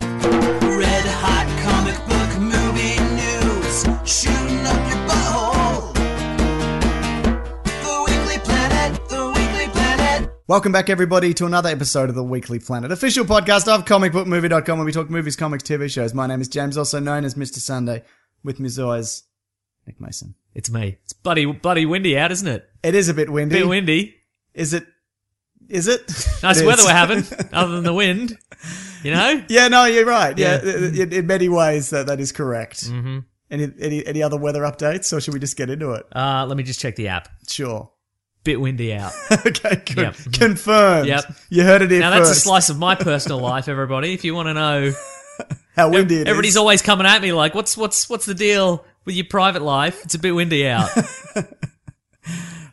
Red hot comic book movie news, shooting up your butthole. The Weekly Planet, the Weekly Planet. Welcome back, everybody, to another episode of the Weekly Planet, official podcast of comicbookmovie.com, where we talk movies, comics, TV shows. My name is James, also known as Mr. Sunday, with me as always, Nick Mason. It's me. It's bloody, bloody windy out, isn't it? It is a bit windy. Bit windy. Is it? Is it? Nice It weather is. we're having, other than the wind. You know? yeah, no, you're right. Yeah, Yeah. i- i- in, many ways, that, that is correct. Mm-hmm. Any, any, any other weather updates, or should we just get into it? Uh, let me just check the app. Sure. Bit windy out. okay, good. Yep. Confirmed. Yep. You heard it here Now first. that's a slice of my personal life, everybody. If you want to know, How windy it is. everybody's always coming at me like, "What's what's what's the deal with your private life? It's a bit windy out."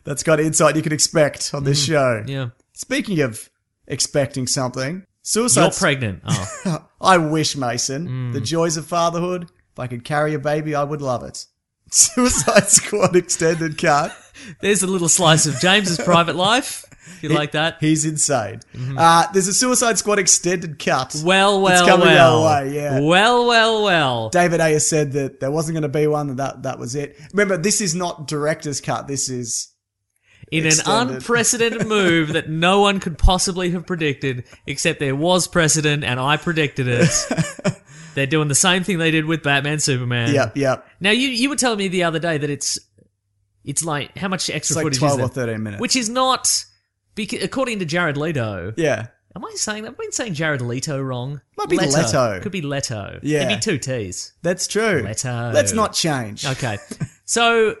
That's got insight you could expect on Mm. this show. Yeah, Speaking of expecting something, suicide. you're Hmm. pregnant. Oh, I wish, Mason, the joys of fatherhood. If I could carry a baby, I would love it. Suicide Squad extended cut. there's a little slice of James's private life. If you like that? He's insane. Uh, there's a Suicide Squad extended cut. Mm-hmm. Well, well, it's coming well. our way. Yeah. Well, well, well. David Ayer said that there wasn't going to be one. That, that that was it. Remember, this is not director's cut. This is in an Extended. unprecedented move that no one could possibly have predicted, except there was precedent and I predicted it. They're doing the same thing they did with Batman Superman. yep, yep. Now you you were telling me the other day that it's it's like how much extra It's like footage twelve or is there? thirteen minutes. Which is not because according to Jared Leto. yeah, Am I saying that? I've been saying Jared Leto wrong. Might be Leto. Could be Leto. Yeah. It'd be two T's. that's true. Leto. Let's not change. Okay. So,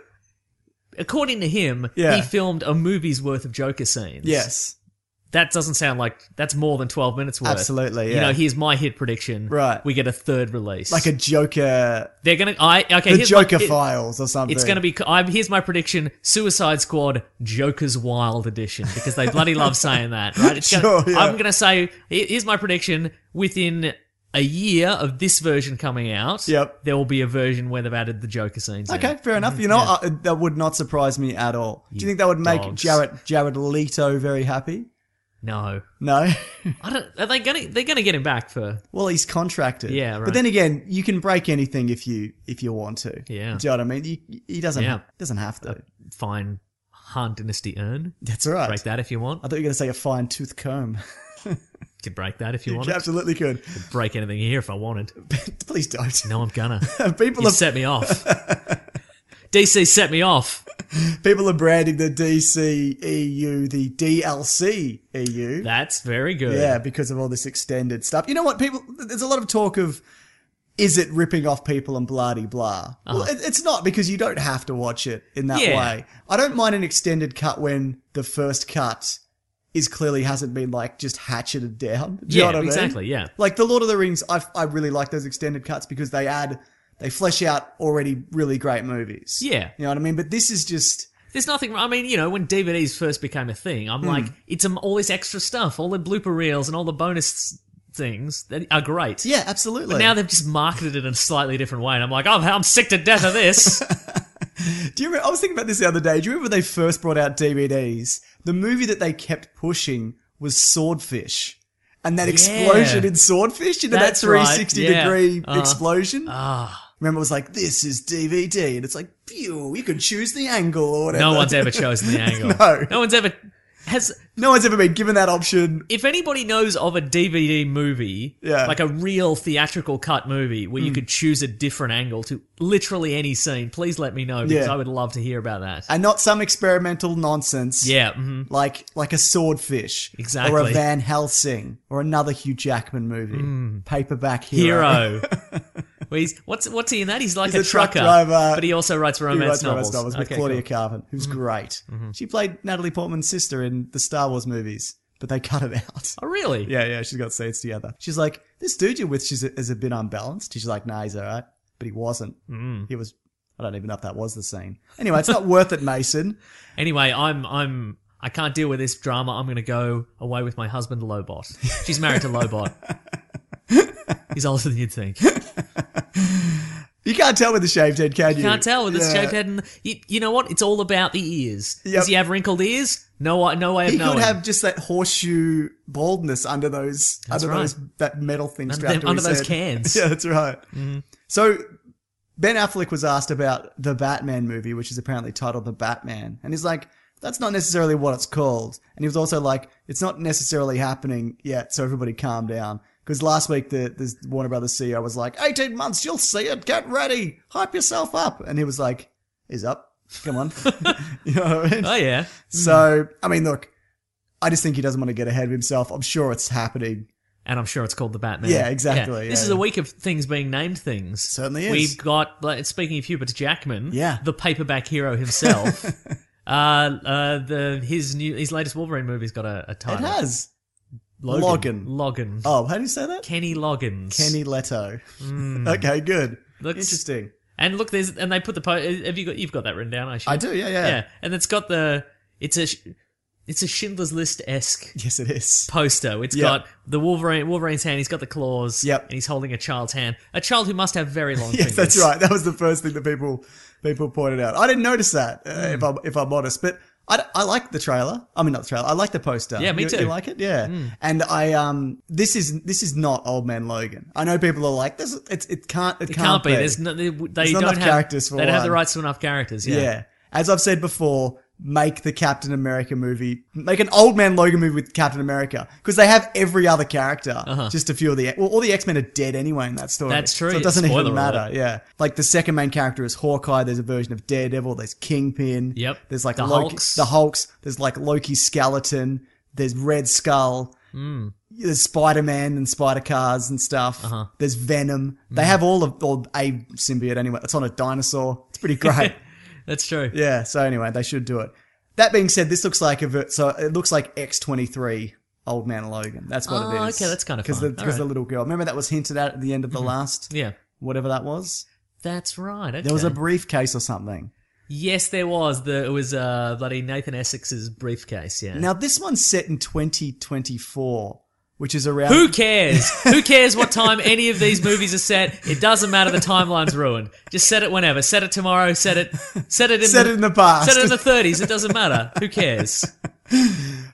according to him, Yeah. he filmed a movie's worth of Joker scenes. Yes. That doesn't sound like that's more than 12 minutes worth. Absolutely, You yeah. know, here's my hit prediction. Right. We get a third release. Like a Joker, They're going to. I. Okay. the here's my- Joker it- files or something. It's going to be. I, here's my prediction Suicide Squad Joker's Wild Edition because they bloody love saying that, right? It's Sure, gonna, yeah. I'm going to say, here- here's my prediction within. A year of this version coming out, Yep. there will be a version where they've added the Joker scenes. in. Okay, fair enough. You know, I, that would not surprise me at all. Do you think that would make dogs. Jared Jared Leto very happy? No, No. I don't. Are they gonna? They're gonna get him back for. well, he's contracted. Yeah, right. But then again, you can break anything if you if you want to. Yeah. Do you know what I mean? You, he doesn't Yeah. doesn't have to. fine Han Dynasty urn. That's all right. Break that if you want. I thought you were going to say a fine tooth comb. Could break that if you you wanted. absolutely could. break anything here if I wanted. Please don't. No, I'm gonna. people You have set me off. DC set me off. People are branding the DC EU the DLC EU. That's very good. yeah, because of all this extended stuff. You know what? People, there's a lot of talk of is it ripping off people and blah de blah. Well, it, it's not because you don't have to watch it in that Uh-huh. Yeah. way. I don't mind an extended cut when the first cut is clearly hasn't been like just hatcheted down. Do you know Yeah, what I mean? exactly, yeah. Like the Lord of the Rings, I I really like those extended cuts because they add they flesh out already really great movies. Yeah. you know what I mean. But this is just. There's nothing. I mean, you know, when DVDs first became a thing, Hmm. I'm like, it's um, all this extra stuff, all the blooper reels and all the bonus things that are great. Yeah, absolutely. Now they've just marketed it in a slightly different way, and I'm like, I'm, I'm sick to death of this. Do you remember? I was thinking about this the other day. Do you remember when they first brought out DVDs? The movie that they kept pushing was Swordfish. And that explosion in Swordfish, you know, That's that right, 360 yeah. Ah. degree Uh, explosion. Remember, it was like, this is DVD. And it's like, pew, you can choose the angle or whatever. No one's ever chosen the angle. No. No one's ever has No one's ever been given that option. if anybody knows of a DVD movie, Yeah. Hmm. like a real theatrical cut movie where you could choose a different angle to literally any scene, please let me know because Yeah. I would love to hear about that. And not some experimental nonsense. yeah, hmm Like, like a Swordfish. Or a Exactly. Van Helsing. Or another Hugh Jackman movie. Paperback Hero. Hmm. hero. well, he's, what's what's he in that? He's like He's a, a truck trucker, driver. but he also writes He romance writes romance novels. novels Mm-hmm. with Okay, Claudia cool. Carvin, who's great. She played Natalie Portman's sister in the Star Wars movies, but they cut it out. Oh, really? Yeah, yeah, she's got scenes together. She's like, this dude you're with she's a, is a bit unbalanced. She's like, nah, he's all right. But he wasn't. Mm. He was, I don't even know if that was the scene. Anyway, it's not worth it, Mason. Anyway, I'm I'm I can't deal with this drama. I'm going to go away with my husband Lobot. She's married to Lobot. He's older than you'd think. You You can't tell with the shaved head, can you? can't tell with this Yeah. shaved head. And you, you know what? It's all about the ears. Yep. Does he have wrinkled ears? No, I- no way of He knowing. could have just that horseshoe baldness under those, under right. those, that metal thing Under strapped them- to under his those head. cans. Mm-hmm. yeah, that's right. So Ben Affleck was asked about the Batman movie, which is apparently titled The Batman, and he's like, "That's not necessarily what it's called." And he was also like, "It's not necessarily happening yet, so everybody calm down." Because last week the, the Warner Brothers CEO was like, 18 months, you'll see it. Get ready. Hype yourself up." And he was like, "Is up. Come on." you know what I mean? oh yeah. Hmm. So, I mean, look, I just think he doesn't want to get ahead of himself. I'm sure it's happening. And I'm sure it's called the Batman. Yeah, exactly, This yeah, is yeah. a week of things being named things. Certainly is. We've got, like, speaking of Hubert Jackman, Yeah. the paperback hero himself. uh, uh, the his new his latest Wolverine movie's got a, a It title. has. Logan. Logan. Logan. Oh, how do you say that? Kenny Loggins. Kenny Leto. okay, good. Hmm. Looks- Interesting. And look, there's and they put the po- have you got you've got that written down? I should. I do, yeah, yeah. Yeah, and it's got the it's a sh- it's a Schindler's List esque Yes, it is. poster. It's Yeah. got the Wolverine Wolverine's hand. He's got the claws. Yep. And he's holding a child's hand. A child who must have very long Yes, fingers. that's right. That was the first thing that people people pointed out. I didn't notice that, uh, Hmm. if I'm if I'm honest. But I, I like the trailer. I mean, not the trailer. I like the poster. Yeah, me You- too. Hmm. You like it? Yeah. And I um, this is this is not Old Man Logan. I know people are like this. It's it can't it, It can't, be. There's no, they, they There's not don't enough have characters for They don't have one. the rights to enough characters. Yeah. Yeah. As I've said before, make the Captain America movie, make an old man Logan movie with Captain America because they have every other character. Just a few of the well, all the X Men are dead anyway in that story. Uh-huh. That's true. So it doesn't Spoiler even matter. alert. Yeah. Like the second main character is Hawkeye. There's a version of Daredevil. There's Kingpin. Yep. There's like The Loki, Hulks. the Hulks. There's like Loki's skeleton. There's Red Skull. Hmm. There's Spider Man and Spider Cars and stuff. Uh-huh. There's Venom. They Hmm. have all of all a symbiote anyway. It's on a dinosaur. It's pretty great. That's true. Yeah. So anyway, they should do it. That being said, this looks like a ver- so it looks like X twenty three Old Man Logan. That's what Oh, it is. okay, that's kinda because fun. because the Alright. Mm-hmm. little girl. Remember that was hinted at at the end of the last Yeah. whatever that was. That's right. Okay. There was a briefcase or something. yes, there was. The it was uh bloody Nathan Essex's briefcase. Yeah. Now this one's set in twenty twenty four, which is around. Who cares? Who cares what time any of these movies are set? It doesn't matter. The timeline's ruined. Just set it whenever. Set it tomorrow. Set it. Set it in. Set the, it in the past. Set it in the thirties. It doesn't matter. Who cares?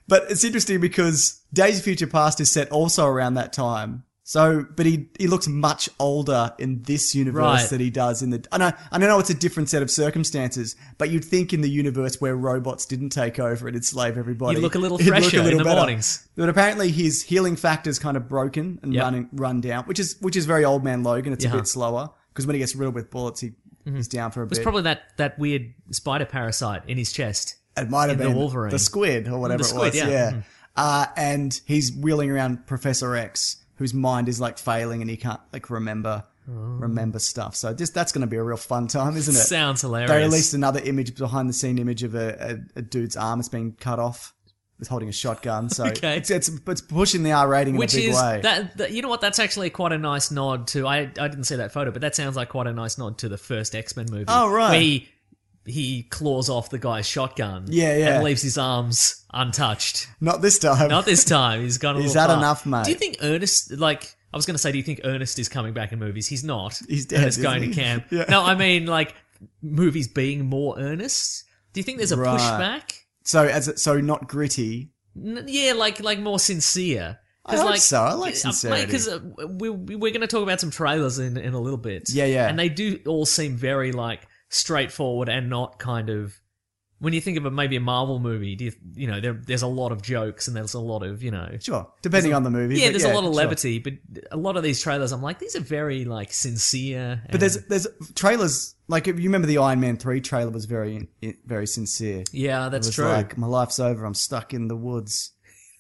But it's interesting because Days of Future Past is set also around that time. So, but he he looks much older in this universe Right. than he does in the. And I, and I know it's a different set of circumstances, but you'd think in the universe where robots didn't take over and enslave everybody, He'd look a little he'd fresher in the better. mornings. But apparently, his healing factor's kind of broken and Yep. running run down, which is which is very old man Logan. It's a Yeah. Mm-hmm. bit slower because when he gets riddled with bullets, he he's down for a It's bit. probably that that weird spider parasite in his chest. It might have in the been Wolverine. the squid or whatever The squid, it was. Yeah. yeah. Hmm. Uh, and he's wheeling around Professor X, whose mind is like failing and he can't like remember Oh. remember stuff. So this that's going to be a real fun time, isn't it? Sounds hilarious. they released another image behind the scene image of a, a, a dude's arm that's been cut off. He's holding a shotgun. So Okay. it's, it's it's pushing the R rating Which in a big is way. that, that you know what? That's actually quite a nice nod to. I I didn't see that photo, but that sounds like quite a nice nod to the first X Men movie. Oh, right. Where he, he claws off the guy's shotgun. Yeah, yeah. And leaves his arms untouched. Not this time. Not this time. He's gone. A Is little that far. enough, mate? Do you think Ernest? Like, I was going to say, do you think Ernest is coming back in movies? He's not. He's dead, Ernest isn't going he? to camp. Yeah. No, I mean like movies being more earnest? Do you think there's a Right. pushback? So as a- so not gritty. N- yeah, like like more sincere. I hope so. I like sincerity. Because uh, we we- we're going to talk about some trailers in in a little bit. Yeah, yeah. And they do all seem very like straightforward and not kind of. When you think of a, maybe a Marvel movie, do you, you know there, there's a lot of jokes and there's a lot of you know. Sure, depending on the movie. Yeah, but there's a lot of sure. levity, but a lot of these trailers, I'm like, these are very like sincere. But there's there's trailers like if you remember the Iron Man three trailer was very very sincere. yeah, It that's was true. Like my life's over. I'm stuck in the woods.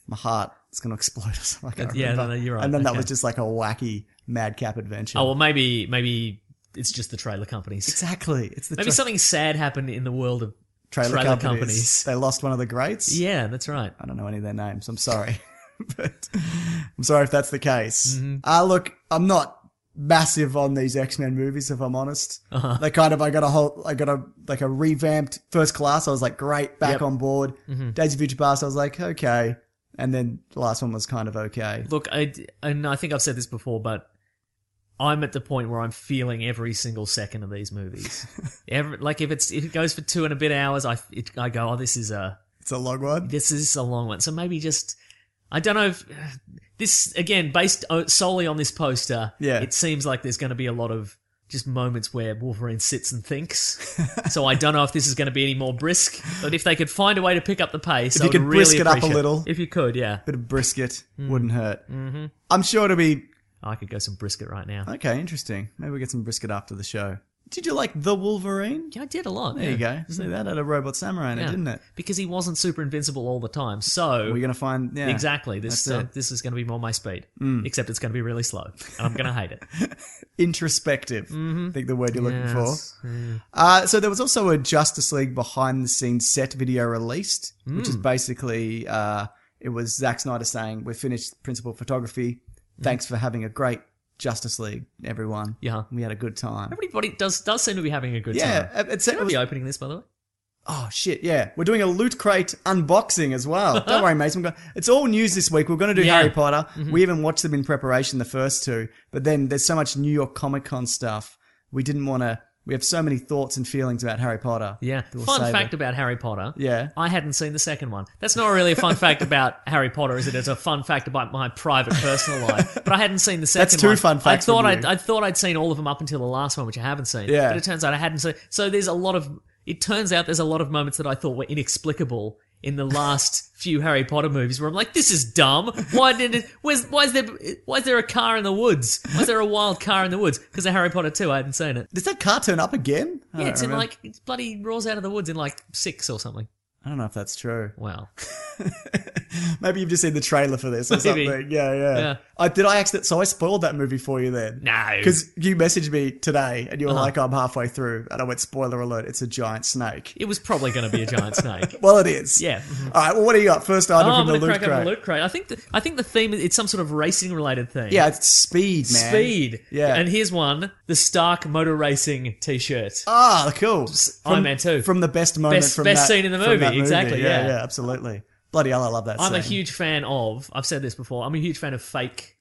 My heart is gonna explode. Or something. I can't That- yeah, remember. no, no, you're right. And then that Okay. was just like a wacky madcap adventure. oh well, maybe maybe it's just the trailer companies. exactly. It's the Maybe tra- something sad happened in the world of trailer, trailer companies. companies. They lost one of the greats. Yeah, that's right. I don't know any of their names. I'm sorry, but I'm sorry if that's the case. Mm-hmm. Uh, look, I'm not massive on these X-Men movies, if I'm honest. Uh-huh. They kind of, I got a whole, I got a, like a revamped first class. I was like, great, back Yep. Mm-hmm. on board. Days of Future Past, I was like, okay. And then the last one was kind of okay. Look, I d- and I think I've said this before, but I'm at the point where I'm feeling every single second of these movies. every, like if it's if it goes for two and a bit hours, I it, I go, oh, this is a It's a long one. this is a long one. So maybe just I don't know. if This again, based o- solely on this poster, Yeah. it seems like there's going to be a lot of just moments where Wolverine sits and thinks. so I don't know if this is going to be any more brisk. But if they could find a way to pick up the pace, If I you would could really brisk it up a appreciate little. If you could, yeah. Bit of brisket Mm. wouldn't hurt. Mm-hmm. I'm sure to be I could go some brisket right now. okay. Interesting. Maybe we get some brisket after the show. Did you like the Wolverine? Yeah, I did a lot. There you go. See that had a robot samurai in it, didn't it? Because he wasn't super invincible all the time. So We're gonna find yeah. exactly this That's uh, it. Mm. this is going to be more my speed. Except it's going to be really slow, and I'm going to hate it. introspective. I think the word you're looking for. Mm-hmm. Yes. Uh, so there was also a Justice League behind the scenes set video released, which Hmm. is basically uh, it was Zack Snyder saying, "We're finished principal photography. Thanks for having a great Justice League, everyone. Hmm. Yeah. We had a good time." Everybody does does seem to be having a good Yeah, time. it, it said Can it I was, be opening this by the way? oh shit, yeah. We're doing a loot crate unboxing as well. Don't worry, mates. I'm going, it's all news this week. We're going to do Yeah. Mm-hmm. Harry Potter. We even watched them in preparation, the first two. But then there's so much New York Comic Con stuff. We didn't want to. We have so many thoughts and feelings about Harry Potter. Yeah. We'll fun save fact it. about Harry Potter. Yeah. I hadn't seen the second one. That's not really a fun fact about Harry Potter, is it? It's a fun fact about my private personal life. But I hadn't seen the second That's two one. fun facts I thought from I'd, you. I thought I'd seen all of them up until the last one, which I haven't seen. Yeah. But it turns out I hadn't seen. So there's a lot of. It turns out there's a lot of moments that I thought were inexplicable in the last few Harry Potter movies where I'm like, this is dumb. Why did it? Where's, why is there? Why is there a car in the woods? Why is there a wild car in the woods? Because of Harry Potter 2, I hadn't seen it. Does that car turn up again? Oh, I Yeah, don't it's in remember. like it's bloody roars out of the woods in like six or something. I don't know if that's true. Wow. Maybe you've just seen the trailer for this or Maybe. something. Yeah, yeah. Yeah. I, did I accident? So I spoiled that movie for you then. No. Uh-huh. Because you messaged me today and you were like, I'm halfway through. And I went, spoiler alert, it's a giant snake. It was probably going to be a giant snake. Well, it is. Yeah. All right. Well, what do you got? First Oh, item I'm from the going to loot crack crate. open the loot crate. I think the, I think the theme is it's some sort of racing related thing. Yeah, it's speed, man. Speed. Yeah. And here's one: the Stark motor racing T-shirt. Ah, cool. Iron Man 2. From the best moment Best- from best that, scene in the from movie, that exactly, Yeah, yeah. yeah, absolutely. Bloody hell, I love that. I'm a scene. huge fan of. I've said this before. I'm a huge fan of fake.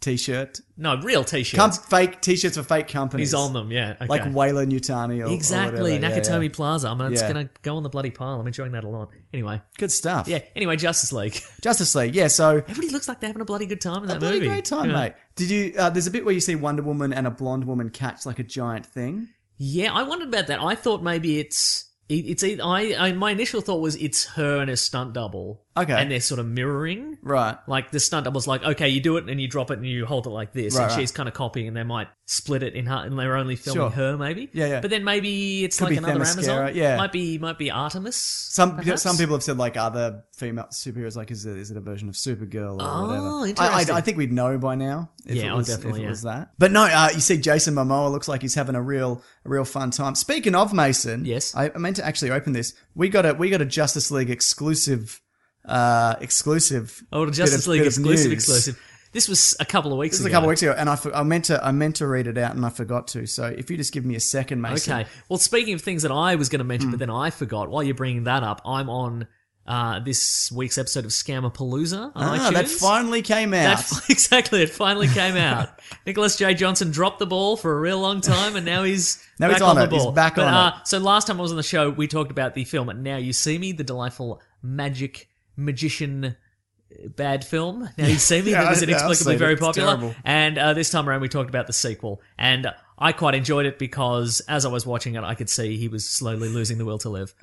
t-shirt. No, real T-shirts. Com- fake t-shirts for fake companies. He's on them. Yeah. Okay. Like Wayland Utani or or Exactly, whatever. Yeah, Nakatomi yeah. Plaza. I'm it's Yeah. gonna go on the bloody pile. I'm enjoying that a lot. Anyway, Good stuff. yeah. Anyway, Justice League. Justice League. Yeah, so Everybody looks like they're having a bloody good time in that a bloody movie. great time, Yeah. mate. Did you? Uh, there's a bit where you see Wonder Woman and a blonde woman catch like a giant thing. Yeah, I wondered about that. I thought maybe it's it- it's either, I, I my initial thought was it's her and her stunt double. Okay. and they're sort of mirroring. Right. Like the stunt double's like, okay, you do it and you drop it and you hold it like this, Right, and right. she's kind of copying, and they might split it in her, and they're only filming Sure. her maybe. Yeah, yeah. But then maybe it's Could like be another Themyscira, Amazon. yeah. might be might be Artemis. Some perhaps? some people have said like other female superheroes, like is it, is it a version of Supergirl or Oh, whatever? I- interesting. I, I think we'd know by now. If Yeah, it oh, was, If definitely, it yeah. was that, but no, uh, you see, Jason Momoa looks like he's having a real a real fun time. Speaking of Mason, Yes. I, I meant to actually open this. We got a we got a Justice League exclusive, uh, exclusive. Oh, the bit Justice of- League bit of exclusive, news. exclusive. This was a couple of weeks. This is ago. a couple of weeks ago, and I, for- I meant to I meant to read it out, and I forgot to. So if you just give me a second, Mason. Okay. Well, speaking of things that I was going to mention, but then I forgot. While you're bringing that up, I'm on uh, this week's episode of Scamapalooza on Ah, iTunes. that finally came out. That- exactly, it finally came out. Nicholas J. Johnson dropped the ball for a real long time, and now he's Now back he's on the it, he's ball. back But, on uh, So last time I was on the show, we talked about the film "Now You See Me," the delightful magic magician uh, bad film. Now You See Me, Yeah, that was I- I've seen inexplicably it. very It's popular. terrible. And uh, this time around, we talked about the sequel, and I quite enjoyed it because as I was watching it, I could see he was slowly losing the will to live.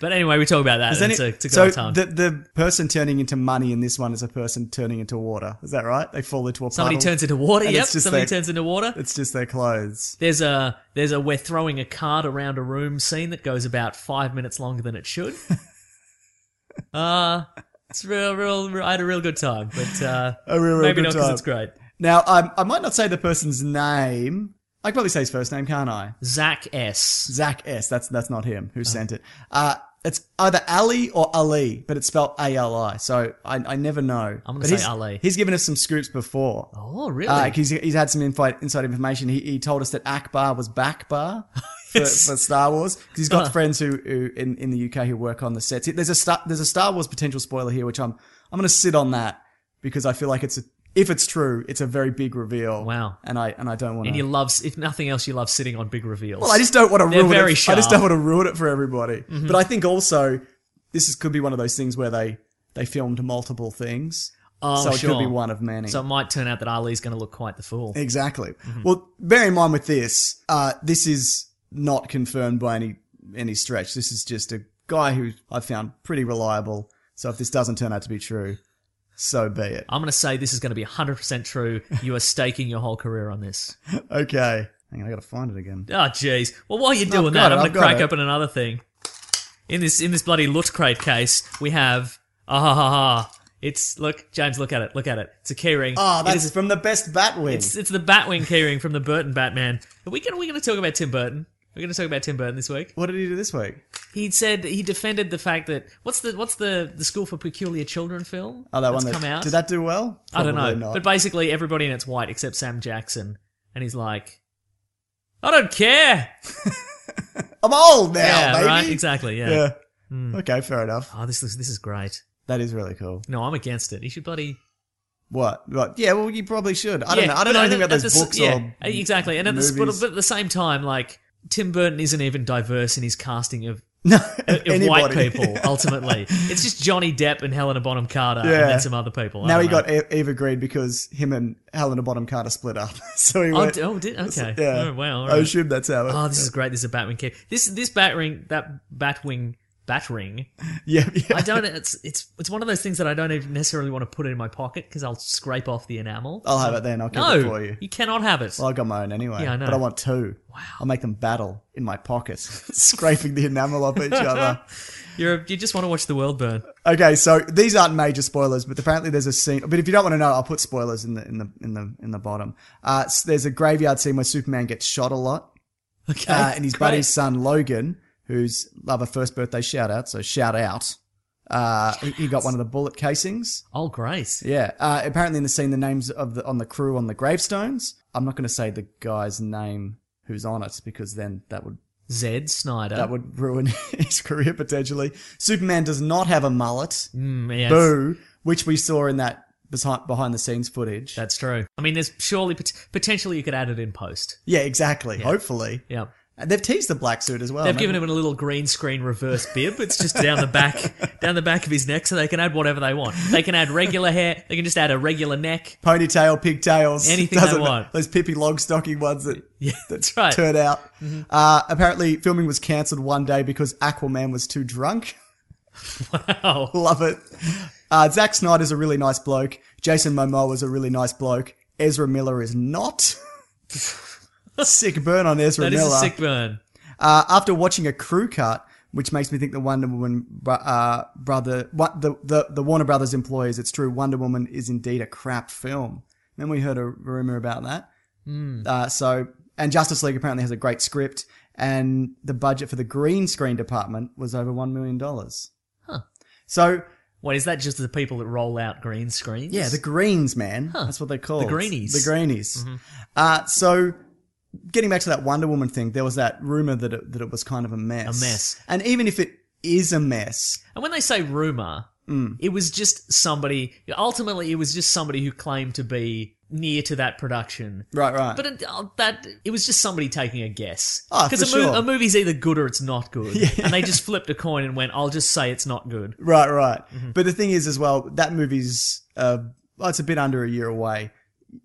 But anyway, we talk about that. Is and any- it's a, it's a so good time. the the person turning into money in this one is a person turning into water. Is that right? They fall into a Somebody puddle. turns into water. And Yep. it's just Somebody like- turns into water. It's just their clothes. There's a there's a we're throwing a card around a room scene that goes about five minutes longer than it should. uh it's real, real, real. I had a real good time, but uh, A real, real maybe good not because time. it's great. Now I I might not say the person's name. I could probably say his first name, can't I? Zach S. Zach S. That's that's not him Oh. who sent it. Uh it's either Ali or Ali, but it's spelled A L I. So I I never know. I'm gonna But say he's- Ali. He's given us some scoops before. Oh, really? Uh, he's, he's had some infi- inside information. He, he told us that Akbar was Backbar for, for Star Wars 'Cause he's Uh-huh. got friends who, who in, in the UK who work on the sets. There's a star, there's a Star Wars potential spoiler here, which I'm I'm going to sit on that because I feel like it's a, if it's true, it's a very big reveal. Wow. And I and I don't want and to. you love, if nothing else, you love sitting on big reveals. Well, I just don't want to They're ruin it. I very just sharp. Mm-hmm. don't want to ruin it for everybody. But I think also this is, could be one of those things where they they filmed multiple things, oh, so it sure. could be one of many. So it might turn out that Ali's going to look quite the fool. Exactly. Mm-hmm. Well, bear in mind with this, uh, this is not confirmed by any any stretch. This is just a guy who I found pretty reliable. So if this doesn't turn out to be true, so be it. I'm going to say this is going to be 100% true. You are staking your whole career on this. Okay. Hang on, I gotta find it again. Oh, jeez. Well, while you're doing I've got that, it, I'm I've going to got crack it. open another thing. In this in this bloody loot crate case, we have ah ha ha ha. It's look, James, look at it, look at it. It's a keyring. Ah, It that's is- from the best Batwing. it's it's the Batwing keyring from the Burton Batman. Are we going are we going to talk about Tim Burton? We're going to talk about Tim Burton this week. what did he do this week? He said he defended the fact that what's the what's the the School for Peculiar Children film? Oh, that that's one that, come out. Did that do well? I don't know. Probably not. But basically, everybody in it's white except Sam Jackson, and he's like, I don't care. I'm old now, yeah, baby. right. Exactly. Hmm. Yeah. Yeah. Okay, fair enough. Oh, this looks, this is great. That is really cool. No, I'm against it. You should bloody. What? What? Yeah. Well, you probably should. I don't know. Yeah, I don't but know at anything the- about at those the s- books yeah, eh, or exactly. And at the, but, movies. but at the same time, like Tim Burton isn't even diverse in his casting of, no, of white anybody. people. Oh, Ultimately, it's just Johnny Depp and Helena Bonham Carter Yeah. and then some other people. I Now don't he know. got E- Eva Green because him and Helena Bonham Carter split up. so he Oh, went. d- oh, did okay. Yeah. Oh, wow. all I right. assume that's how. It, Oh, this is great. This is a Batwing kid. This this Batwing that Batwing Batwing. yeah, yeah. I don't. It's it's it's one of those things that I don't even necessarily want to put in my pocket because I'll scrape off the enamel. I'll have it then. I'll keep no, it for you. cannot have it. Well, I got my own anyway. Yeah, I know. But I want two. Wow. I'll make them battle in my pocket, scraping the enamel off each other. You're, you just want to watch the world burn. Okay, so these aren't major spoilers, but apparently there's a scene. But if you don't want to know, I'll put spoilers in the in the in the in the bottom. Uh, s- there's a graveyard scene where Superman gets shot a lot, Okay. uh, and his great. buddy's son Logan, who's love a first birthday shout out, so shout out. Uh, he- he got one of the bullet casings. Oh, great. Yeah. Uh, apparently, in the scene, the names of the on the crew on the gravestones. I'm not going to say the guy's name who's on it because then that would Zed Snyder. that would ruin his career potentially. Superman does not have a mullet, Mm, yes, boo, which we saw in that behind behind the scenes footage. That's true. I mean, there's surely pot- potentially you could add it in post. yeah, exactly. Hopefully, Yeah. and they've teased the black suit as well. They've given him a little green screen reverse bib. It's just down the back, down the back of his neck, so they can add whatever they want. They can add regular hair. They can just add a regular neck. ponytail, pigtails, Anything they doesn't- want. Those Pippi Longstocking ones that Yeah, that's right. Mm-hmm. turn out. Uh, apparently, filming was cancelled one day because Aquaman was too drunk. Wow. Love it. Uh, Zack Snyder's a really nice bloke. Jason Momoa is a really nice bloke. Ezra Miller is not. sick burn on Ezra That is Miller. a sick burn. uh, after watching a crew cut, which makes me think the Wonder Woman bro- uh, brother, what the, the the Warner Brothers employees, it's true. Wonder Woman is indeed a crap film. Then we heard a rumor about that. Uh, so, and Justice League apparently has a great script, and the budget for the green screen department was over one million dollars. Huh. So What is that? Just the people that roll out green screens? yeah, the greens, man. That's what they call The greenies. Mm-hmm. The greenies. Uh, so, getting back to that Wonder Woman thing, there was that rumor that it, that it was kind of a mess. A mess. And even if it is a mess. And when they say rumor, Hmm. it was just somebody. Ultimately, it was just somebody who claimed to be near to that production. Right, right. But it, uh, that it was just somebody taking a guess. Ah, Because for a, mov- sure. a movie's either good or it's not good. And they just flipped a coin and went, "I'll just say it's not good." Right, right. Mm-hmm. But the thing is, as well, that movie's uh, well, it's a bit under a year away.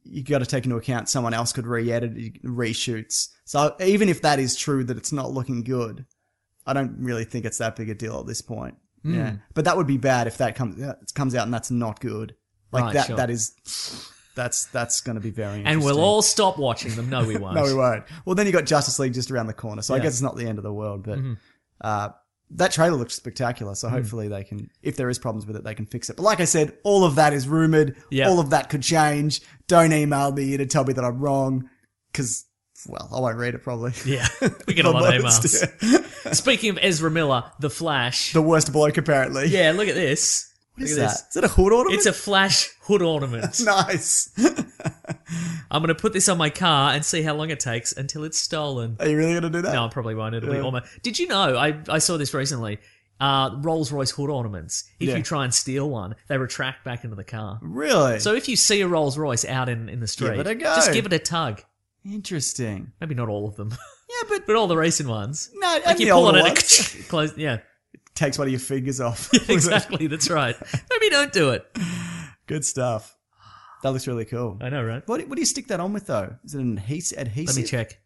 You got to take into account someone else could re-edit it, reshoots. So even if that is true, that it's not looking good, I don't really think it's that big a deal at this point. Hmm. Yeah, but that would be bad if that comes uh, comes out and that's not good. Like Right, that, sure. that is, that's that's going to be very. Interesting. And we'll all stop watching them. No, we won't. No, we won't. Well, then you got Justice League just around the corner, so I guess it's not the end of the world. But Mm-hmm. uh, that trailer looks spectacular. So hopefully they can, if there is problems with it, they can fix it. But like I said, all of that is rumored. Yeah. All of that could change. Don't email me to tell me that I'm wrong, because well, I won't read it probably. Yeah, we get a lot of emails. Yeah. Speaking of Ezra Miller, The Flash. the worst bloke apparently. yeah, look at this. What is look at that? this. Is it a hood ornament? It's a Flash hood ornament. nice. I'm going to put this on my car and see how long it takes until it's stolen. Are you really gonna do that? No, I probably won't. It'll be almost. Did you know? I, I saw this recently. Uh, Rolls Royce hood ornaments. If Yeah. you try and steal one, they retract back into the car. Really? So if you see a Rolls Royce out in, in the street, it a go. just give it a tug. interesting. Maybe not all of them. Yeah, but but all the recent ones. No, Like and you the pull older it and ones. it close. Yeah, Takes one of your fingers off. exactly. That's right. Maybe don't do it. Good stuff. That looks really cool. I know, right? What, what do you stick that on with though? Is it an adhes- adhesive? Let me check.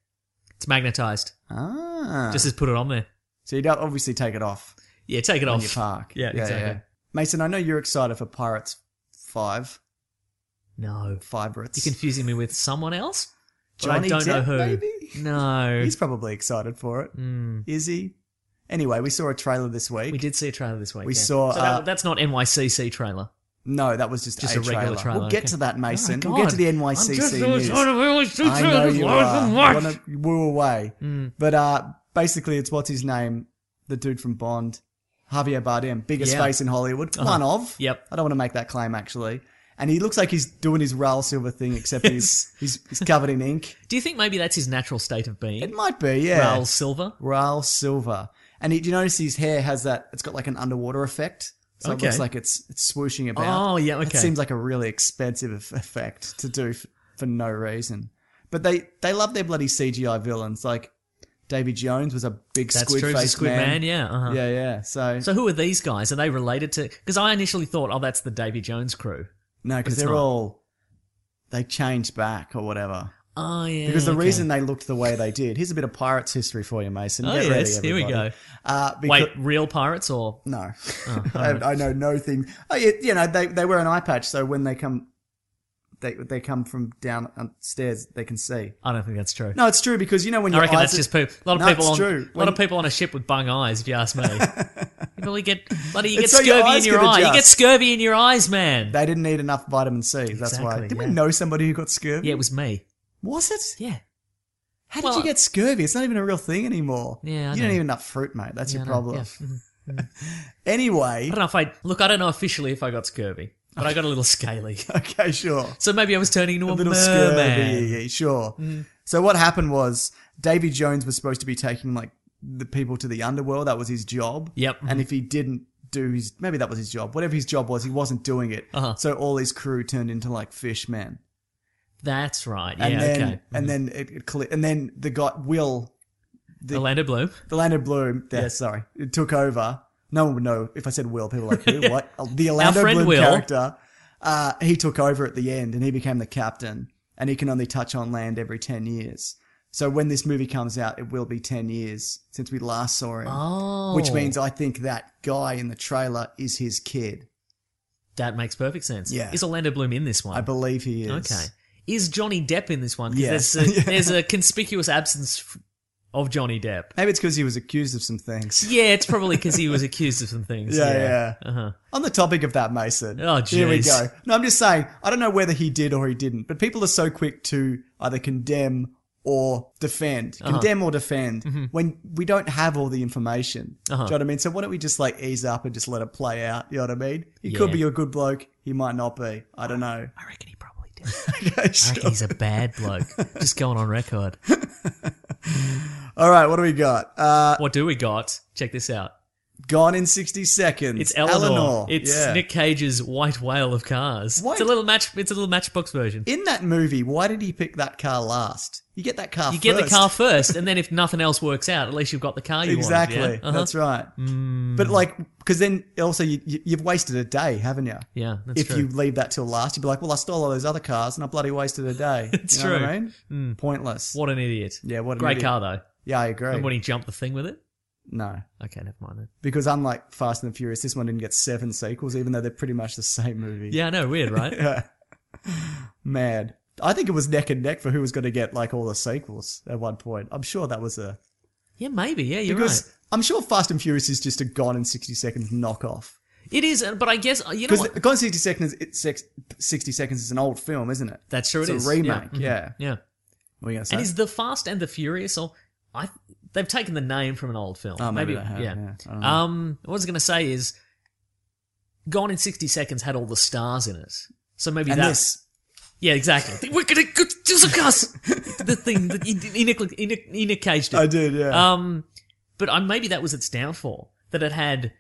It's magnetized. Ah. Just as put it on there. so you don't obviously take it off Yeah, take it when off. you park. Yeah, exactly. Mason, I know you're excited for Pirates Five, No, Fiberates. you're confusing me with someone else. But Johnny I don't know Depp, who. maybe? No, He's probably excited for it. Is Mm. he? Anyway, we saw a trailer this week. we did see a trailer this week. We yeah. saw, So uh, that, that's not NYCC trailer. No, that was just, Just a, a regular trailer, We'll get okay. to that, Mason. Oh my we'll get to the God. NYCC I'm just news. trying to really see I know this you live are. and Hmm. You watch. wanna woo away. But uh, basically, it's what's his name, the dude from Bond, Javier Bardem, biggest Yeah. Uh-huh. face in Hollywood, one of. Yep. I don't want to make that claim actually. And he looks like he's doing his Raoul Silver thing, except he's, he's he's covered in ink. Do you think maybe that's his natural state of being? It might be, yeah. Raoul Silva. Raoul Silver. And he, do you notice his hair has that? It's got like an underwater effect. So it Okay. looks like it's it's swooshing about. Oh, yeah, It okay. seems like a really expensive eff- effect to do f- for no reason. But they they love their bloody CGI villains. Like Davy Jones was a big That's squid true. face Squid Man. man. yeah. Uh-huh. yeah, yeah. So, So who are these guys? Are they related to? Because I initially thought, oh, that's the Davy Jones crew. no, because it's they're not. all they changed back or whatever. Oh yeah. Because the okay. reason they looked the way they did. Here's a bit of pirates history for you, Mason. Oh Get ready, yes. Here we everybody. go. Uh, becau- Wait, real pirates or? No, all I, right. I know no thing. Oh, yeah, you know they they wear an eye patch, so when they come, they they come from downstairs, they can see. I don't think that's true. No, it's true because you know when I your reckon eyes that's are- just people. A lot of No, people it's on true. a lot When- of people on a ship with bung eyes. If you ask me, you probably get bloody. You get It's so your scurvy in eyes your can eye. You adjust. get scurvy in your eyes, man. They didn't need enough vitamin C. That's why. Exactly, Did yeah. we know somebody who got scurvy? yeah, it was me. Was it? Yeah. How Well, did you get scurvy? It's not even a real thing anymore. Yeah, I you know. don't eat enough fruit, mate. That's yeah, your no, problem. yeah. Mhm. I Anyway, don't know if I look. I don't know officially if I got scurvy, but I got a little scaly. okay, sure. So maybe I was turning into a, a little scurvy, merman. Mm-hmm. yeah, yeah, sure. So what happened was Davy Jones was supposed to be taking like the people to the underworld. That was his job. Yep. And if he didn't do his, maybe that was his job. Whatever his job was, he wasn't doing it. Uh-huh. So all his crew turned into like fish men. That's right. Yeah. And then, okay. and then it, it cli- and then the guy Will, the- Orlando Bloom. the Orlando Bloom. Yeah, sorry, it took over. No one would know if I said Will. People are like who? What? Oh, The Orlando friend Bloom Will. character. Uh, he took over at the end, and he became the captain. And he can only touch on land every ten years. So when this movie comes out, it will be ten years since we last saw him. Oh, Which means I think that guy in the trailer is his kid. that makes perfect sense. Yeah. Is Orlando Bloom in this one? I believe he is. Okay. Is Johnny Depp in this one? 'Cause Yeah. There's a, there's a conspicuous absence f- of Johnny Depp. Maybe it's because he was accused of some things. Yeah, it's probably because he was accused of some things. Yeah, Uh-huh. On the topic of that, Mason. Oh, Here we jeez. go. No, I'm just saying, I don't know whether he did or he didn't, but people are so quick to either condemn or defend, Uh-huh. condemn or defend, Mm-hmm. when we don't have all the information. Uh-huh. Do you know what I mean? So why don't we just like ease up and just let it play out? You know what I mean? He could Yeah. be a good bloke. He might not be. I don't know. I reckon he probably did. Okay, I sure. reckon he's a bad bloke. Just going on record. All right, what do we got? Uh, What do we got? Check this out. Gone in 60 seconds. It's Eleanor. It's yeah. Nick Cage's White Whale of Cars. Why- It's a little match. It's a little Matchbox version. In that movie, why did he pick that car last? You get that car you first. get the car first, and then if nothing else works out, at least you've got the car you wanted, Exactly. yeah? Uh-huh. Mm. That's right. But like, because then also you, you, you've wasted a day, haven't you? Yeah, that's if true. you leave that till last, you'd be like, well, I stole all those other cars and I bloody wasted a day. It's you know What I true. Mm. mean? Pointless. What an idiot. Yeah, what an Great idiot. car, though. Yeah, I agree. And when he jumped the thing with it? no, Okay, never mind then. because unlike Fast and the Furious, this one didn't get seven sequels, even though they're pretty much the same movie. Yeah, I know. Weird, right? Mad. I think it was neck and neck for who was going to get like all the sequels at one point. I'm sure that was a yeah, maybe. Yeah, you're because right. I'm sure Fast and Furious is just a gone in 60 seconds knockoff. It is, uh, but I guess, uh, you know Because what? Gone in 60 Seconds, it's six, 60 Seconds is an old film, isn't it? That's true, it's it a is. remake, Mhm. yeah. Yeah. What are you going to say? And is The Fast and the Furious, or I, they've taken the name from an old film. Oh, maybe they have, yeah. I don't know. Um, what I was going to say is Gone in 60 Seconds had all the stars in it. So maybe and that. this. Yeah, exactly. We're going to go to the cars. the thing that Enoch, Enoch, Enoch Cage did. I did, yeah. Um, but I, maybe that was its downfall that it had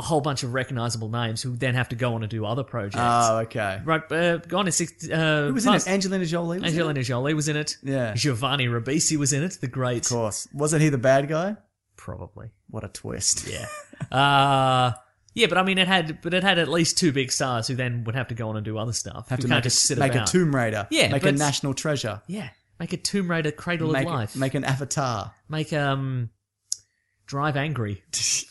a whole bunch of recognizable names who then have to go on and do other projects. oh, okay. right, uh, gone in six. Uh, Who was in it? Fast- Angelina Jolie? was in it? Angelina Jolie was in it. Yeah. Giovanni Ribisi was in it. The great, Of course. Wasn't he the bad guy? probably. What a twist. Yeah. uh yeah, but I mean, it had, but it had at least two big stars who then would have to go on and do other stuff. Have who to can't make, just a, sit make a about. Tomb Raider. Yeah, Make but a it's- national treasure. Yeah, make a Tomb Raider Cradle Make, of Life. make an avatar. make um, Drive Angry.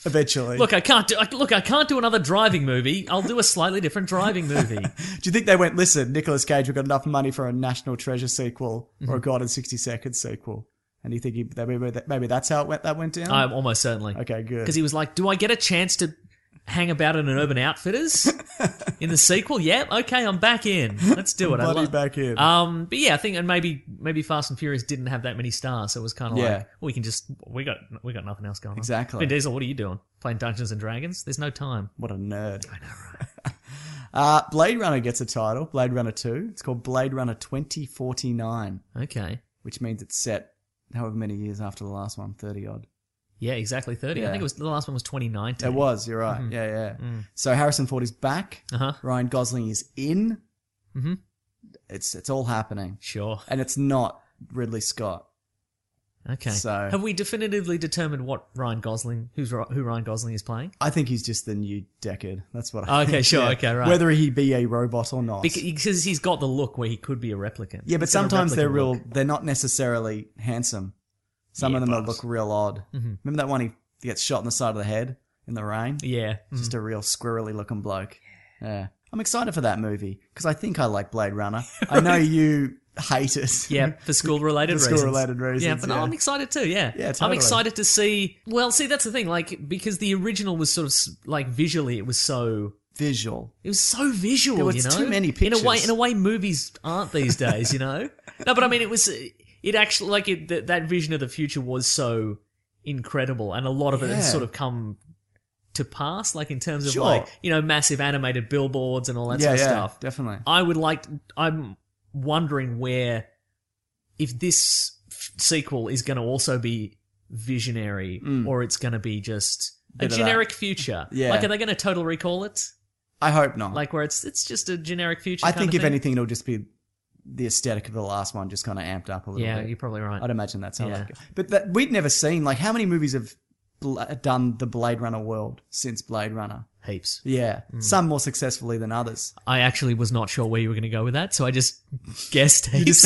Eventually. Look, I can't do. I- Look, I can't do another driving movie. I'll do a slightly different driving movie. do you think they went, listen, Nicolas Cage, we've got enough money for a national treasure sequel or Mm-hmm. a God in 60 Seconds sequel? And you think he, that maybe, that, maybe that's how it went, that went down? I'm almost certainly okay, good. because he was like, "Do I get a chance to hang about in an Urban Outfitters in the sequel? Yeah, okay, I'm back in. Let's do it. I Bloody love- back in. Um, but yeah, I think, and maybe maybe Fast and Furious didn't have that many stars, so it was kind of Yeah. like we can just we got we got nothing else going on. Exactly. Vin Diesel, what are you doing? Playing Dungeons and Dragons? There's no time. What a nerd. I know, right? uh, Blade Runner gets a title, Blade Runner 2. It's called Blade Runner 2049, Okay. which means it's set however many years after the last one, 30 odd. Yeah, exactly. Thirty. I Yeah. think it was the last one was 2019. It was, you're right. Yeah, yeah. So Harrison Ford is back. Mm-hmm. Mm. Uh-huh. Ryan Gosling is in. Mm-hmm. Mhm. It's, it's all happening. Sure. And it's not Ridley Scott. Okay. So- have we definitively determined what Ryan Gosling, who's Ri- who Ryan Gosling is playing? I think he's just the new Deckard. That's what Oh, I okay, think. sure, okay, right. Whether he be a robot or not. Because, because he's got the look where he could be a replicant. Yeah, but He's got a sometimes they're replicant real. look. They're not necessarily handsome. Some Yeah, of them but- look real odd. Remember that one he gets shot in the side of the head in the rain? Yeah. Mm-hmm. Just a real squirrely looking bloke. Yeah. I'm excited for that movie because I think I like Blade Runner. I know you hate it. Yeah, for school related For reasons. school-related reasons, Yeah, but no, yeah. I'm excited too. Yeah, Yeah, I'm totally. excited to see. Well, see, that's the thing. Like because the original was sort of s- like visually, it was so Visual. it was so visual. There was you know, too many In a way, pictures. in a way, movies aren't these days. You know, no, but I mean, it was it actually like it, that that vision of the future was so incredible, and a lot of it has Yeah. sort of come to pass. Like in terms of Sure. like you know massive animated billboards and all that yeah, sort of yeah, stuff. definitely. I would like. I'm wondering where, if this f- sequel is going to also be visionary or it's going to be just a Mm. Bit of generic future. Yeah. Like, are they going to total recall it? I hope not. Like, where it's it's just a generic future. I kind think of if thing? anything, it'll just be the aesthetic of the last one, just kind of amped up a little yeah, bit. you're probably right. I'd imagine that's how Yeah. that goes. But that we'd never seen like how many movies have bl- done the Blade Runner world since Blade Runner. Heaps. Yeah, Hmm. some more successfully than others. I actually was not sure where you were going to go with that, so I just guessed heaps.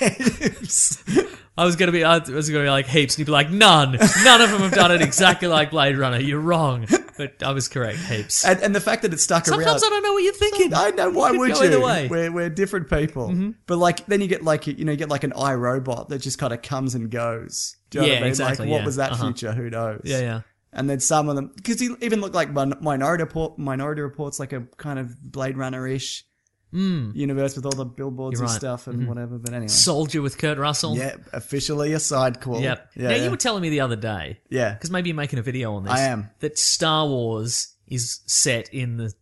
I was gonna be, I was gonna be like heaps, and you'd be like, none, none of them have done it exactly like Blade Runner. You're wrong, but I was correct. Heaps. and, and the fact that it stuck around. Sometimes I don't know what you're thinking. I know why could would go you? either way. Mm-hmm. We're we're different people. But like then you get like you know you get like an iRobot that just kind of comes and goes. Do you know Yeah, what I mean? exactly, like what yeah. was that Uh-huh. future? Who knows? Yeah, yeah. And then some of them, because he even looked like Min- Minority Report. Minority Report's like a kind of Blade Runner ish universe with all the billboards Hmm. and You're right. Mm-hmm. stuff and whatever. But anyway, Soldier with Kurt Russell. yeah, officially a side call. Yep. Yeah. now yeah. you were telling me the other day yeah. because maybe you're making a video on this. I am. That Star Wars is set in the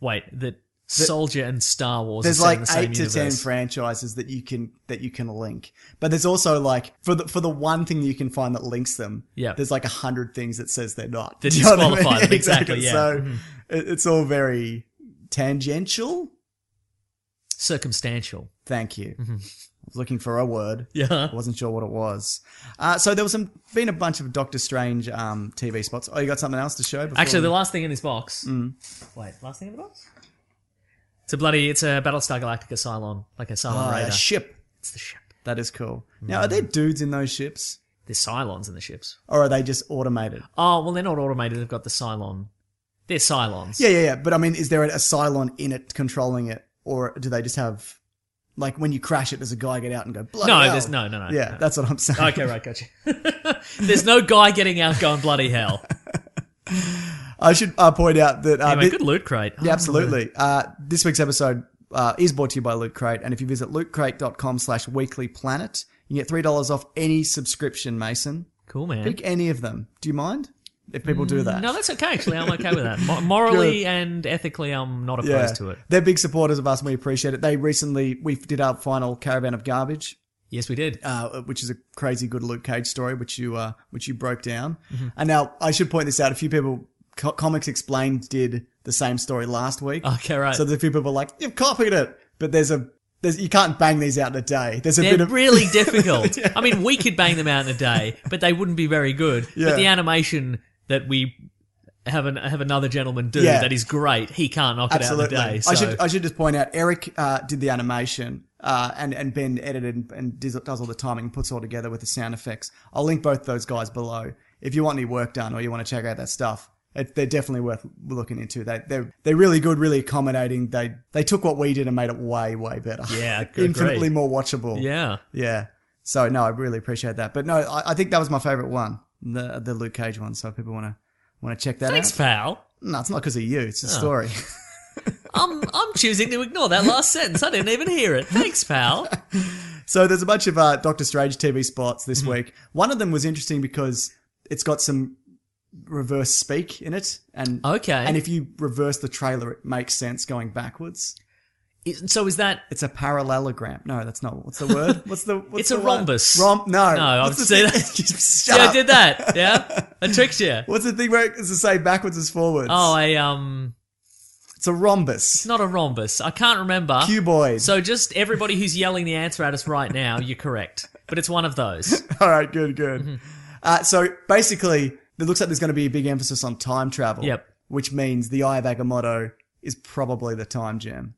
wait that Soldier and Star Wars. There's are set in like the same eight to ten universe. franchises that you can that you can link, but there's also like for the for the one thing that you can find that links them. Yeah. there's like a hundred things that says they're not That Do you know what I disqualify mean? them, exactly, yeah. So Mhm. it- it's all very tangential. Circumstantial. Thank you. Mm-hmm. I was looking for a word. Yeah. I wasn't sure what it was. Uh, so there was some been a bunch of Doctor Strange um, TV spots. Oh, you got something else to show? Before Actually, we- the last thing in this box. Mm. Wait, last thing in the box? It's a bloody. It's a Battlestar Galactica Cylon, like a Cylon oh, radar. a ship. It's the ship. That is cool. Now, Hmm. are there dudes in those ships, There's Cylons in the ships. or are they just automated? Oh well, they're not automated. They've got the Cylon. They're Cylons. Yeah, yeah, yeah. But I mean, is there a Cylon in it controlling it, or do they just have like when you crash it, does a guy get out and go? Bloody No, hell. there's no, no, no. Yeah, no. that's what I'm saying. okay, right, gotcha. There's no guy getting out going bloody hell. Uh, I should uh, point out that uh, Anyway, thi- good loot crate. Yeah, absolutely. Uh, this week's episode uh, is brought to you by Loot Crate, and if you visit lootcrate.com slash weeklyplanet, you get $3 off any subscription, Mason. Oh, Cool man. Pick any of them. Do you mind if people do that? No, that's okay. Actually, I'm okay with that. Mo- morally and ethically, I'm not opposed yeah. to it. They're big supporters of us, and we appreciate it. They recently, we did our final Caravan of Garbage. Yes, we did. uh, which is a crazy good Luke Cage story, which you uh, which you broke down. Mm-hmm. And now I should point this out: a few people, Co- Comics Explained did the same story last week. Okay, right. So the few people are like, "You've copied it," but there's a there's you can't bang these out in a day. There's a They're bit of really difficult. I mean, we could bang them out in a day, but they wouldn't be very good. Yeah. But the animation that we have an, have another gentleman do Yeah. that is great. He can't knock absolutely. it out in a day. So I should I should just point out Eric uh, did the animation. Uh, and, and Ben edited and, and does, does all the timing and puts all together with the sound effects. I'll link both those guys below. If you want any work done or you want to check out that stuff, it, they're definitely worth looking into. They, they're, they're really good, really accommodating. They, they took what we did and made it way, way better. Yeah, I agree. Infinitely more watchable. yeah, Yeah. So no, I really appreciate that. But no, I, I think that was my favorite one, the, the Luke Cage one. So if people want to, want to check that thanks, Oh. out. pal. No, it's not because of you. It's the story. I'm I'm choosing to ignore that last sentence. I didn't even hear it. Thanks, pal. So there's a bunch of uh, Doctor Strange TV spots this Mm-hmm. week. One of them was interesting because it's got some reverse speak in it, and Okay. and if you reverse the trailer, it makes sense going backwards. Is- So is that? It's a parallelogram. No, that's not what's the word. What's the? What's It's the a word? rhombus. Rom? No, No, What's I've the seen thing- that. Shut Yeah, I up. did that. Yeah, I tricked you. What's the thing where it's the same backwards as forwards? Oh, I um, it's a rhombus. it's not a rhombus. I can't remember. cuboid. So just everybody who's yelling the answer at us right now, you're correct. But it's one of those. All right, good, good. Mm-hmm. Uh, so basically, it looks like there's going to be a big emphasis on time travel. Yep. Which means the Eye of Agamotto is probably the time gem,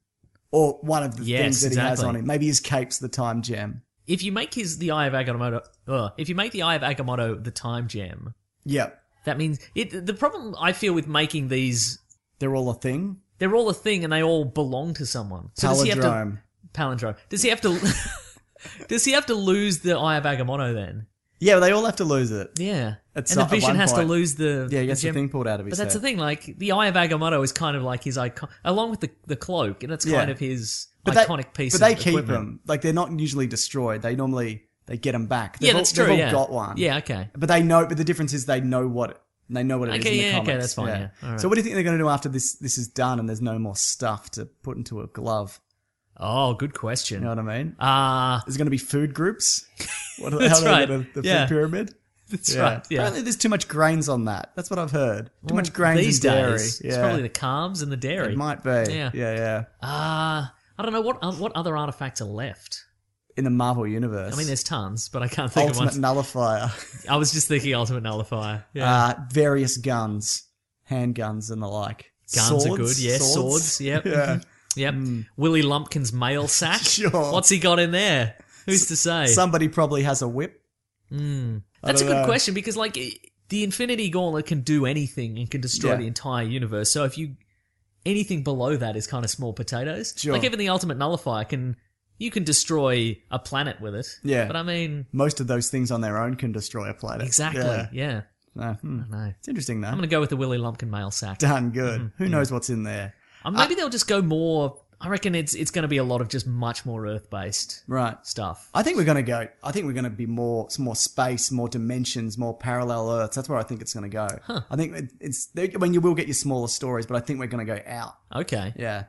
or one of the Yes, things that he has exactly. on him. Maybe his cape's the time gem. If you make his the Eye of Agamotto, uh, if you make the Eye of Agamotto the time gem, Yep. that means it. The problem I feel with making these, They're all a thing. they're all a thing and they all belong to someone. So does he have to Palindrome. palindrome? Does he have to? does he have to lose the Eye of Agamotto then? Yeah, but they all have to lose it. Yeah, It's and the not- at Vision one has to point- lose the Yeah, he gets the gem. thing pulled out of his But that's the head. thing, like the Eye of Agamotto is kind of like his icon, along with the the cloak, and that's Yeah. kind of his But they- iconic piece. But they of keep equipment. them. Like they're not usually destroyed. They normally they get them back. They've yeah, that's all, true. They've all yeah, got one. Yeah, okay. But they know. But the difference is they know what they know what it is Okay, in the yeah, okay, comics. that's fine, yeah. All right. So what do you think they're going to do after this? This is done, and there's no more stuff to put into a glove. Oh, good question. You know what I mean? Ah, There's going to be food groups. What are, That's how are they right, gonna- the yeah. food pyramid. that's right. Yeah. Apparently, there's too much grains on that. That's what I've heard. Too Well, much grains these and dairy. days. yeah, It's probably the carbs and the dairy. it might be. Yeah. Yeah, yeah, Ah, I don't know what um, what other artifacts are left. In the Marvel universe, I mean, there's tons, but I can't think ultimate of one. nullifier, I was just thinking Ultimate Nullifier. Yeah. uh, various guns, handguns, and the like. Guns swords, are good. Yeah, swords. Yep. Mm-hmm. Yeah. Hmm. Yep. Willie Lumpkin's mail sack. Sure. What's he got in there? Who's to say? Somebody probably has a whip. That's a don't good know. question because, like, i- the Infinity Gauntlet can do anything and can destroy Yeah. the entire universe. So if you anything below that is kind of small potatoes. Sure. Like even the Ultimate Nullifier can you can destroy a planet with it. Yeah. But I mean, most of those things on their own can destroy a planet. exactly. Yeah. Yeah. No, hmm. No. It's interesting though. I'm gonna Mm-hmm. go with the Willy Lumpkin mail sack. Darn good. Who knows what's in there? Um, maybe they'll just go more. I reckon it's it's gonna be a lot of just much more Earth based Right. stuff. I think we're going to go. I think we're going to be more, some more space, more dimensions, more parallel Earths. That's where I think it's going to go. I think it- it's. I mean, you will get your smaller stories, but I think we're going to go out. Okay. Yeah.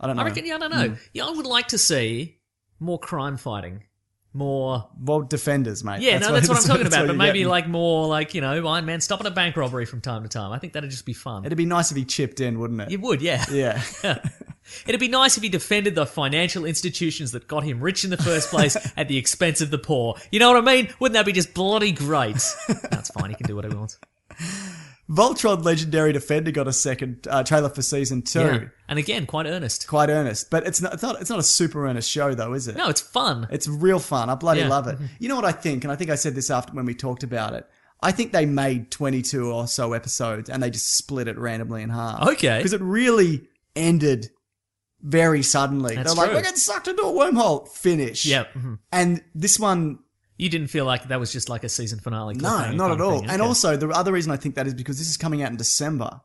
I don't know. I reckon. Yeah, I don't know. Mm. Yeah, I would like to see more crime fighting, more. Well, defenders, mate. Yeah, no, that's what I'm talking that's about. But you're maybe getting. like more like you know Iron Man stopping a bank robbery from time to time. I think that'd just be fun. it'd be nice if he chipped in, wouldn't it? it would, yeah. yeah. It'd be nice if he defended the financial institutions that got him rich in the first place at the expense of the poor. You know what I mean? Wouldn't that be just bloody great? That's fine. He can do what he wants. Voltron Legendary Defender got a second uh, trailer for season two. Yeah. And again, quite earnest. Quite earnest, but it's not, it's not. It's not a super earnest show, though, is it? No, it's fun. It's real fun. I bloody Yeah. Mm-hmm. love it. You know what I think, and I think I said this after when we talked about it. I think they made 22 or so episodes and they just split it randomly in half. Okay. Because it really ended very suddenly. That's They're like, true. we're getting sucked into a wormhole. Finish. Yeah. mhm. And this one, You didn't feel like that was just like a season finale. no, cliffhanger not kind at of all. thing, And okay. also, the other reason I think that is because this is coming out in December,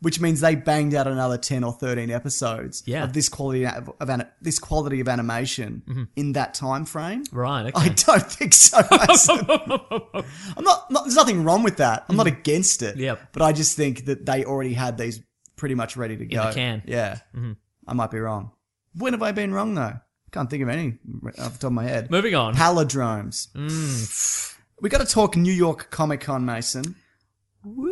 which means they banged out another 10 or 13 episodes Yeah. Mm-hmm. of this quality of, of ani- this quality of animation in that time frame. Right. I Okay. don't think so. Mason. I'm not, not. There's nothing wrong with that. I'm not against it. Mm-hmm. Yep. But I just think that they already had these pretty much ready to go. the can. Mm-hmm. Yeah. I might be wrong. When have I been wrong though? Can't think of any right off the top of my head. Moving on. Palindromes. Mm. We got to talk New York Comic Con, Mason. Woo.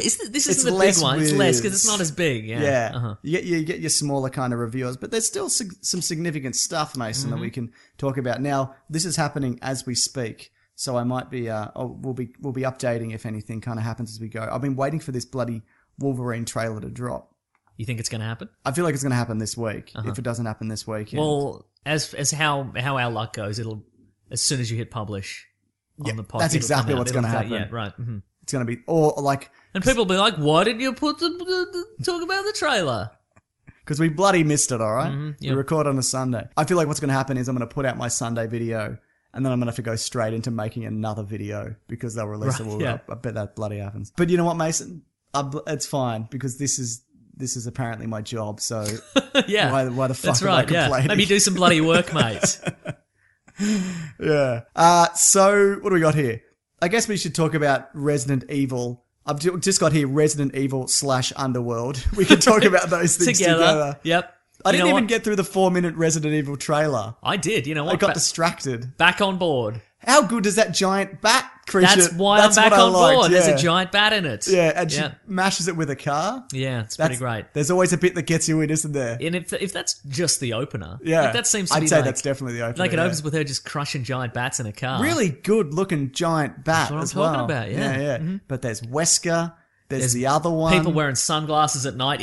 Is th- this It's isn't the big less one. It's less because whiz. it's not as big. Yeah. Yeah, Uh-huh. you, get, you get your smaller kind of reviewers, but there's still sig- some significant stuff, Mason, that we Mm-hmm. can talk about. Now, this is happening as we speak, so I might be, uh, oh, we'll be, we'll be updating if anything kind of happens as we go. I've been waiting for this bloody Wolverine trailer to drop. You think it's going to happen? I feel like it's going to happen this week. If it doesn't happen this week, Uh-huh. Well, as as how how our luck goes, it'll as soon as you hit publish on Yeah, the podcast. that's exactly what's gonna Yeah. happen. Right. mhm. it's going to be or like And people will be like, "Why didn't you put the, the, the talk about the trailer?" because we bloody missed it. All right? Mm-hmm, yeah. we record on a Sunday. I feel like what's going to happen is I'm going to put out my Sunday video. And then I'm gonna have to go straight into making another video because they'll release the Right, it. yeah. I bet that bloody happens. But you know what, Mason? I bl- it's fine because this is this is apparently my job. So yeah. Why- why the That's fuck am I right. yeah. complaining? Maybe do some bloody work, mate. yeah. Uh, so what do we got here? I guess we should talk about Resident Evil. I've ju- just got here Resident Evil slash Underworld. We can talk about those things together. together. Yep. I You didn't know even what? get through the four minute Resident Evil trailer. I did. You know what? I got Ba- distracted. back on board. How good is that giant bat creature? That's why I'm what back I on liked, board. yeah. There's a giant bat in it. Yeah, and she yeah. mashes it with a car. Yeah, it's That's pretty great. There's always a bit that gets you in, isn't there? And if if that's just the opener, yeah, like, that seems to I'd be say like, that's definitely the opener. like it yeah. opens with her just crushing giant bats in a car. really good looking giant bat That's what I'm as talking well. about, yeah. Mm-hmm. yeah. But there's Wesker. There's, There's the other one. People wearing sunglasses at night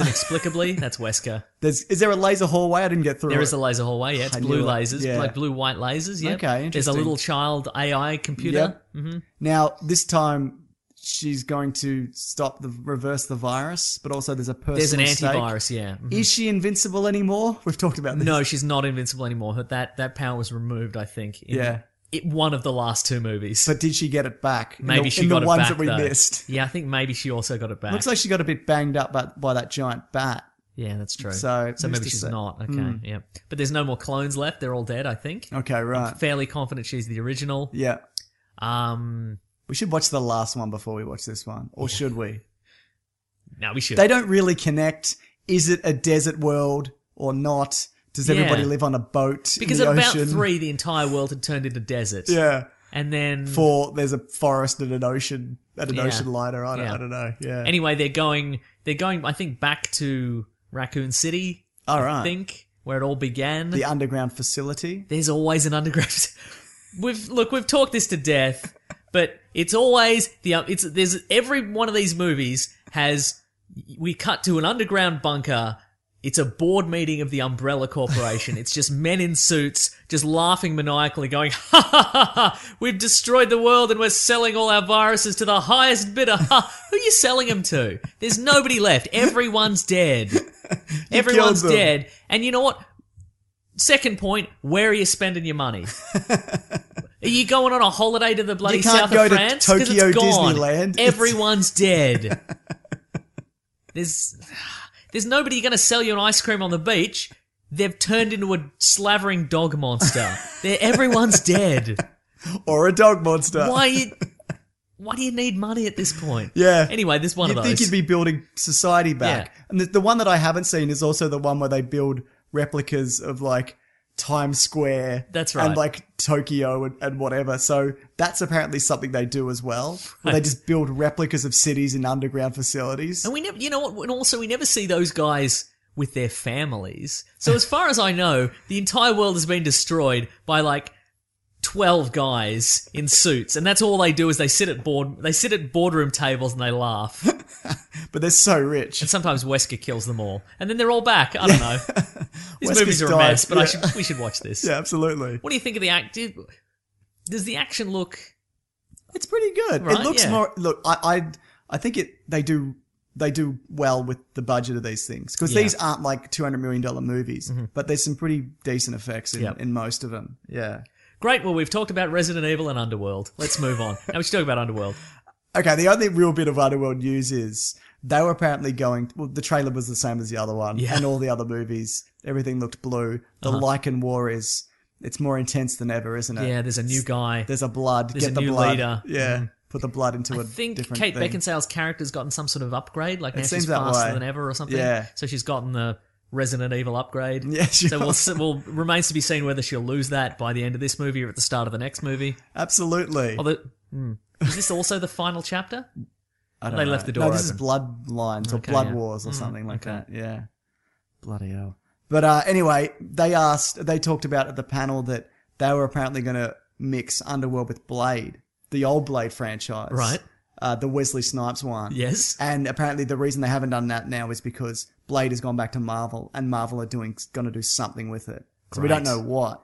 inexplicably. that's Wesker. There's is there a laser hallway? I didn't get through. There it. is a laser hallway. Yeah, it's I blue knew it, lasers, yeah. like blue white lasers. Yeah. Okay, There's a interesting. little child AI computer. Yep. hmm Now this time she's going to stop the reverse the virus, but also there's a personal. There's an stake. antivirus. Yeah. Mhm. Is she invincible anymore? We've talked about this. No, she's not invincible anymore. Her- That that power was removed, I think. In Yeah. It, one of the last two movies. But did she get it back? in maybe the, she in got the it ones back. that we though. missed. Yeah, I think maybe she also got it back. Looks like she got a bit banged up by, by that giant bat. yeah, that's true. So, Hmm. who's maybe to she's say? not. Okay, yeah. But there's no more clones left. They're all dead. I think. Okay, right. Fairly confident she's the original. Yeah. Um, We should watch the last one before we watch this one. Or should we? no, we should. They don't really connect. Is it a desert world or not? Does everybody Yeah. live on a boat? because in at the about ocean? three, the entire world had turned into desert. Yeah. and then Four, there's a forest and an ocean and an Yeah. ocean liner. I don't, Yeah. I don't know. Yeah. anyway, they're going. They're going. I think back to Raccoon City. all I right. think where it all began. Uh. the underground facility. there's always an underground. we've look, we've talked this to death, but it's always the um, it's there's every one of these movies has we cut to an underground bunker. It's a board meeting of the Umbrella Corporation. it's just men in suits just laughing maniacally, going, ha ha ha ha, we've destroyed the world and we're selling all our viruses to the highest bidder. Ha, Who are you selling them to? There's nobody left. Everyone's dead. Everyone's them. dead. And you know what? Second point, where are you spending your money? are you going on a holiday to the bloody You can't south go of to France? 'Cause it's Tokyo gone. Disneyland. Everyone's dead. there's there's nobody going to sell you an ice cream on the beach. They've turned into a slavering dog monster. They're, everyone's dead. Or a dog monster. Why? you- why do you need money at this point? Yeah. Anyway, this one You'd of those. think you'd be building society back. Yeah. And the, the one that I haven't seen is also the one where they build replicas of like Times Square. That's right. And like Tokyo and, and whatever. So that's apparently something they do as well. Where they just build replicas of cities in underground facilities. And we never, you know what? And also, we never see those guys with their families. So, as far as I know, the entire world has been destroyed by like twelve guys in suits, and that's all they do is they sit at board, they sit at boardroom tables and they laugh. And But they're so rich. sometimes Wesker kills them all, and then they're all back. I don't know. These Wesker's movies are a died. mess, but I Yeah. should we should watch this. Yeah, absolutely. What do you think of the act? did- Does the action look? It's pretty good. Right, it looks yeah. more look, I, I I think it they do they do well with the budget of these things because Yeah. Mm-hmm. these aren't like two hundred million dollar movies, but there's some pretty decent effects in, Yep. in most of them. Yeah. Great. Well, we've talked about Resident Evil and Underworld. Let's move on. Now we should talk about Underworld. Okay, the only real bit of Underworld news is they were apparently going. Well, the trailer was the same as the other one, Yeah. Uh-huh. and all the other movies. Everything looked blue. The Lycan War is it's more intense than ever, isn't it? Yeah, there's a new guy. There's a blood. There's Get a the new blood. leader. Mm-hmm. Yeah, put the blood into a I think different Kate thing. Beckinsale's character's gotten some sort of upgrade. Like now seems she's that faster way. than ever or something. Yeah. So she's gotten the Resident Evil upgrade. Yeah, So sure. we'll, s- we'll remains to be seen whether she'll lose that by the end of this movie or at the start of the next movie. Absolutely. Although, hmm. is this also the final chapter? I don't they know. left the door No, this open. is Bloodlines or Okay, Blood yeah. Wars or Mm, something like okay. that. Yeah. Bloody hell. But uh, anyway, they asked, they talked about at the panel that they were apparently going to mix Underworld with Blade, the old Blade franchise. Right. Uh, the Wesley Snipes one. Yes. And apparently the reason they haven't done that now is because Blade has gone back to Marvel and Marvel are doing going to do something with it. So we Great. don't know what.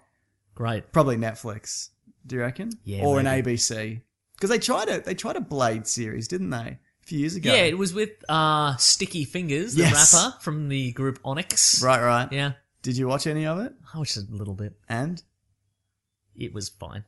Great. Probably Netflix. Do you reckon? Yeah, Or maybe. an ABC. Because they tried it. They tried a Blade series, didn't they? A few years ago. Yeah, it was with uh, Sticky Fingers, the Yes. rapper from the group Onyx. Right, right. Yeah. Did you watch any of it? I watched it a little bit. And It was fine.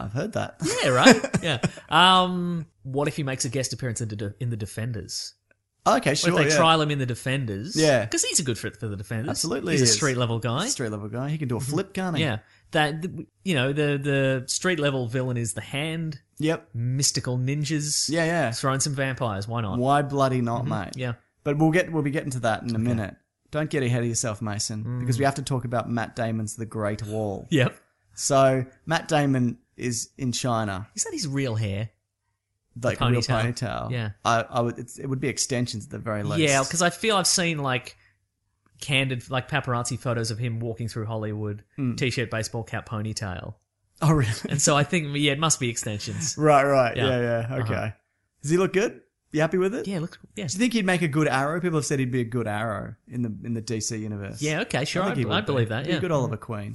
I've heard that. Yeah, right. yeah. Um, what if he makes a guest appearance in the, De- in the Defenders? okay, Or sure. if they yeah. trial him in the defenders. Yeah. Because he's a good fit for the defenders. Absolutely He's he a is. street level guy. Street level guy. He can do a flip, can't he? Mm-hmm. Yeah. That you know, the the street level villain is the hand, Yep. mystical ninjas. Yeah, yeah. Throw in some vampires, why not? Why bloody not, mate? Mm-hmm. Yeah. But we'll get we'll be getting to that in a minute. Don't get ahead of yourself, Mason, Mm. because we have to talk about Matt Damon's The Great Wall. Yep. So Matt Damon is in China, Is that his real hair? like real ponytail. ponytail. Yeah. I, I would. It's, it would be extensions at the very least. Yeah, because I feel I've seen like candid like paparazzi photos of him walking through Hollywood, Hmm. T shirt, baseball cap, ponytail. oh really? And so I think yeah, it must be extensions. right, right. Yeah. Uh-huh. Yeah, yeah. Okay. Does he look good? You happy with it? yeah, look yeah. Do you think he'd make a good arrow? People have said he'd be a good arrow in the in the DC universe. Yeah, okay, sure. I, think he would I be. believe He'd that. be Yeah. a good Oliver Queen.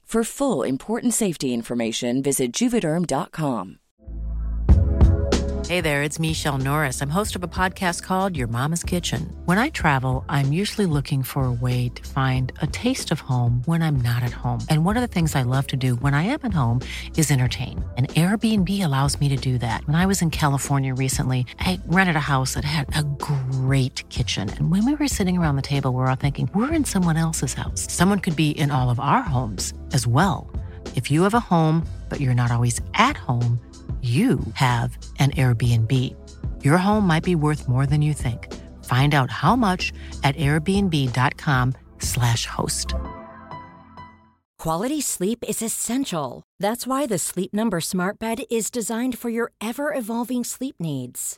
For full important safety information, visit juvederm.com. Hey there, it's Michelle Norris. I'm host of a podcast called Your Mama's Kitchen. When I travel, I'm usually looking for a way to find a taste of home when I'm not at home. And one of the things I love to do when I am at home is entertain. And Airbnb allows me to do that. When I was in California recently, I rented a house that had a great kitchen. And when we were sitting around the table, we're all thinking, we're in someone else's house. Someone could be in all of our homes as well. If you have a home, but you're not always at home, you have an Airbnb. Your home might be worth more than you think. Find out how much at airbnb.com/slash host. Quality sleep is essential. That's why the Sleep Number Smart Bed is designed for your ever evolving sleep needs.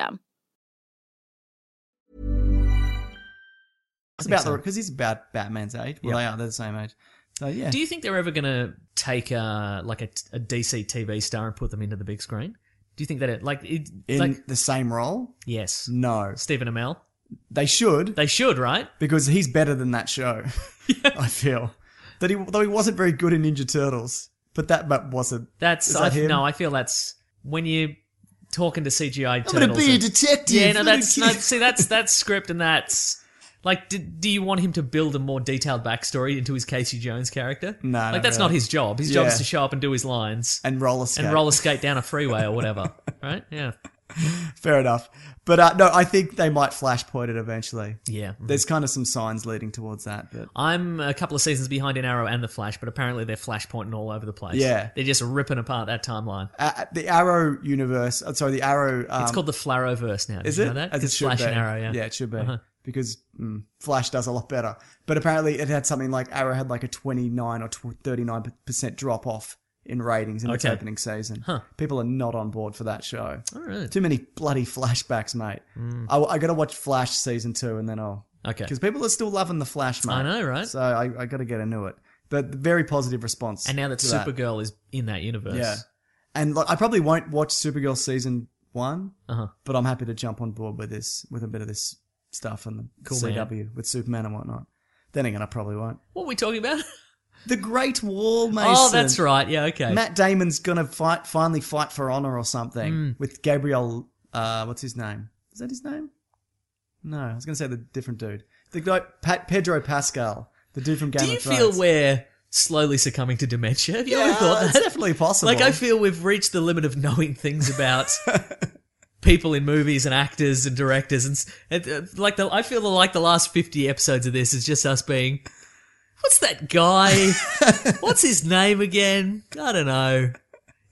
It's think about the so. because he's about Batman's age. Well, they are. They're the same age. So yeah. Do you think they're ever going to take uh, like a, a DC TV star and put them into the big screen? Do you think that it like it, in like the same role? yes, No, Stephen Amell? they should They should, right? because he's better than that show. I feel that he though he wasn't very good in Ninja Turtles, but that but wasn't. That's Is that I, him? no, I feel that's when you're talking to CGI I'm turtles. gonna be a and- detective. yeah, no, Little that's no, kid. see, that's that's script, and that's like, do, do you want him to build a more detailed backstory into his Casey Jones character? No, like not that's really. not his job. His job Yeah. is to show up and do his lines and roller skate. and roller skate down a freeway or whatever, right? Yeah, Fair enough. But uh, no, I think they might flashpoint it eventually. yeah. There's kind of some signs leading towards that. But I'm a couple of seasons behind in Arrow and The Flash, but apparently they're flashpointing all over the place. Yeah. They're just ripping apart that timeline. uh, the Arrow universe. Uh, sorry, the Arrow. Um, it's called the Flaroverse now. Did Is you it? know that? As It's should Flash be. and Arrow, yeah. Yeah, it should be. Uh-huh. Because mm, Flash does a lot better. But apparently it had something like Arrow had like a 29 or 39% drop off in ratings in its Okay. opening season. Huh. People are not on board for that show. All right. Too many bloody flashbacks, mate. Mm. I, I got to watch Flash season two and then I'll. Okay. Because people are still loving the Flash, mate. I know, right? So I, I got to get into it. But very positive response. And now that to Supergirl is in that universe. Yeah. And like, I probably won't watch Supergirl season one Uh-huh. but I'm happy to jump on board with this, with a bit of this stuff and the Cool, man. CW with Superman and whatnot. Then again, I probably won't. What are we talking about? The Great Wall, Mason. oh, that's right. Yeah, okay. Matt Damon's gonna fight, finally fight for honor or something Hmm. with Gabriel. Uh, what's his name? Is that his name? No, I was gonna say the different dude. The guy Pat, Pedro Pascal, the dude from Game Do you of Thrones. feel we're slowly succumbing to dementia? Have you yeah, ever thought that? It's definitely possible. Like, I feel we've reached the limit of knowing things about people in movies and actors and directors, and, s- and uh, like the I feel like the last fifty episodes of this is just us being, what's that guy? what's his name again? I don't know.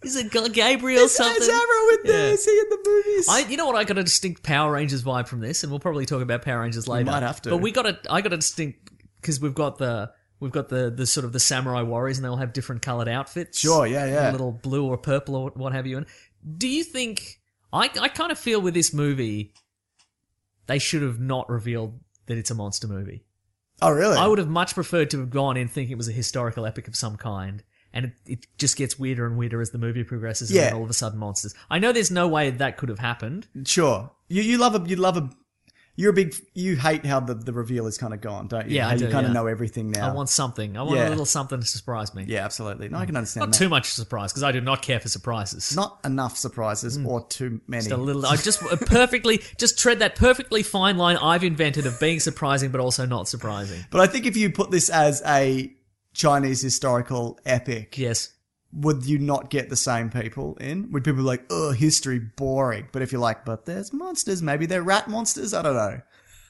Is it Ga- Gabriel Is something? Arrow in there? Yeah. Is he in the movies? I, you know what? I got a distinct Power Rangers vibe from this, and we'll probably talk about Power Rangers later. might have to. But we got a, I got a distinct because we've got the. We've got the, the sort of the samurai warriors, and they all have different coloured outfits. Sure, yeah, yeah. A little blue or purple or what have you. And do you think I I kind of feel with this movie they should have not revealed that it's a monster movie. oh, really? I would have much preferred to have gone in thinking it was a historical epic of some kind. And it, it just gets weirder and weirder as the movie progresses, Yeah. and then all of a sudden, monsters. I know there's no way that could have happened. Sure. You you love a you love a you're a big you hate how the, the reveal is kind of gone, don't you? Yeah, I how you do, kind yeah. of know everything now. I want something. I want Yeah. a little something to surprise me. yeah, absolutely. No, I can understand Not that. too much surprise because I do not care for surprises. Not enough surprises or too many. Hmm. just a little. I just a perfectly just tread that perfectly fine line I've invented of being surprising but also not surprising. But I think if you put this as a Chinese historical epic, Yes. would you not get the same people in? Would people be like, "Oh, history boring"? But if you're like, "But there's monsters. Maybe they're rat monsters. I don't know."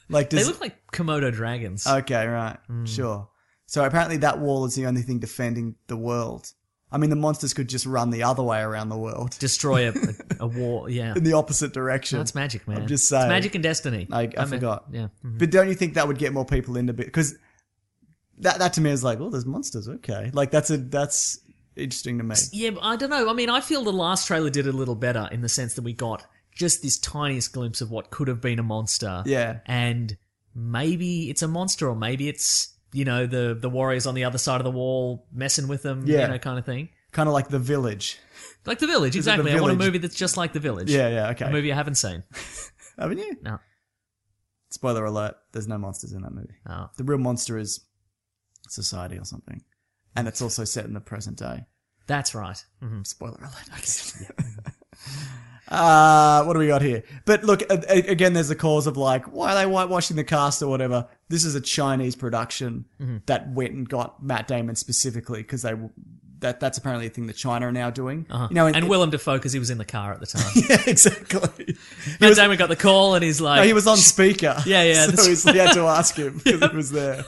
Like, does Oh. They look like Komodo dragons. Okay, right. Sure. So apparently that wall is the only thing defending the world. I mean, the monsters could just run the other way around the world Destroy a, a, a war. Yeah. in the opposite direction. That's magic, man. just It's saying. magic and destiny. I, I mean, forgot. Yeah. But don't you think that would get more people into bit? Because that that to me is like, oh, there's monsters. Okay, like that's a that's interesting to me. Yeah, but I don't know. I mean, I feel the last trailer did it a little better in the sense that we got just this tiniest glimpse of what could have been a monster. Yeah. And maybe it's a monster, or maybe it's, you know, the, the warriors on the other side of the wall messing with them, Yeah. you know, kind of thing. Kind of like the village. Like The Village, Is it The exactly. I want a Village? movie that's just like The Village. Yeah, yeah, okay. A movie I haven't seen. Haven't you? No. Spoiler alert: there's no monsters in that movie. Oh. The real monster is society or something, and it's also set in the present day. That's right. Mhm. Spoiler alert. Okay. uh, what do we got here? But look, a- a- again, there's the cause of like, why are they whitewashing the cast or whatever? This is a Chinese production Mm-hmm. that went and got Matt Damon specifically because they w- that that's apparently a thing that China are now doing. Uh-huh. You know, and it- Willem Dafoe, because he was in the car at the time. yeah, exactly. He Matt was, Damon got the call and he's like, no, he was on speaker. Yeah, yeah, So that's- he's- he had to ask him because it was there.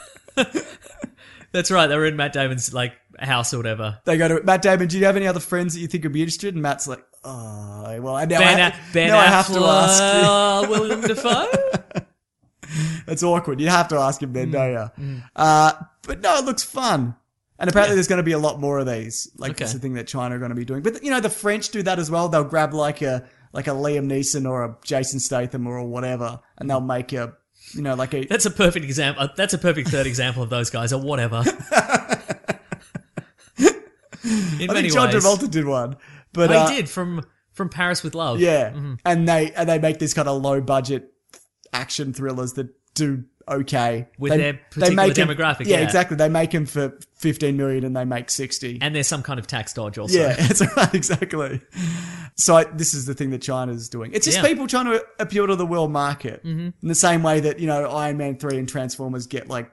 that's right, they were in Matt Damon's like house or whatever. They go to Matt Damon. Do you have any other friends that you think would be interested? And Matt's like, oh, well, I now, Ben, I, A- ben now I have to ask. you." Affleck, Willem Dafoe? It's awkward. You have to ask him Mm, then, don't you? Uh, but no, it looks fun. And apparently there's going to be a lot more of these. Like Okay. that's the thing that China are going to be doing. But you know, the French do that as well. They'll grab like a, like a Liam Neeson or a Jason Statham or whatever. And they'll make a, you know, like a, That's a perfect example. uh, That's a perfect third example of those guys, or whatever. In I many think John ways, Travolta did one, but I uh, did Mm-hmm. from from Paris with Love. Yeah, and they and they make these kind of low budget action thrillers that do okay With They- their they particular make 'em- demographic, Yeah, yeah. exactly. They make them for fifteen million and they make sixty. and there's some kind of tax dodge also. yeah, that's right, exactly. So I, this is the thing that China's doing. It's just Yeah. Mm-hmm. people trying to appeal to the world market in the same way that you know Iron Man three and Transformers get like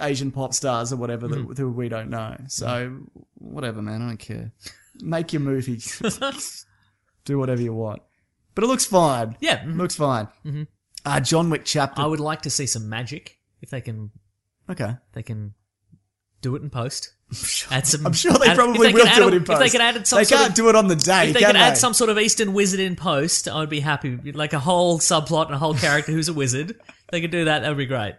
Asian pop stars or whatever Mm-hmm. that, who we don't know. So whatever, man, I don't care. Make your movie, do whatever you want. But it looks fine. Yeah, mhm. looks fine. Mm-hmm. Uh, John Wick chapter. I would Mm-hmm. like to see some magic if they can okay. they can do it in post. Add some, I'm sure they add- if probably they will can do add it a- in post. If they can add some they sort can't of, do it on the day. if they can can add some sort of Eastern wizard in post, I'd be happy. Like a whole subplot and a whole character who's a wizard. If they could do that. That would be great.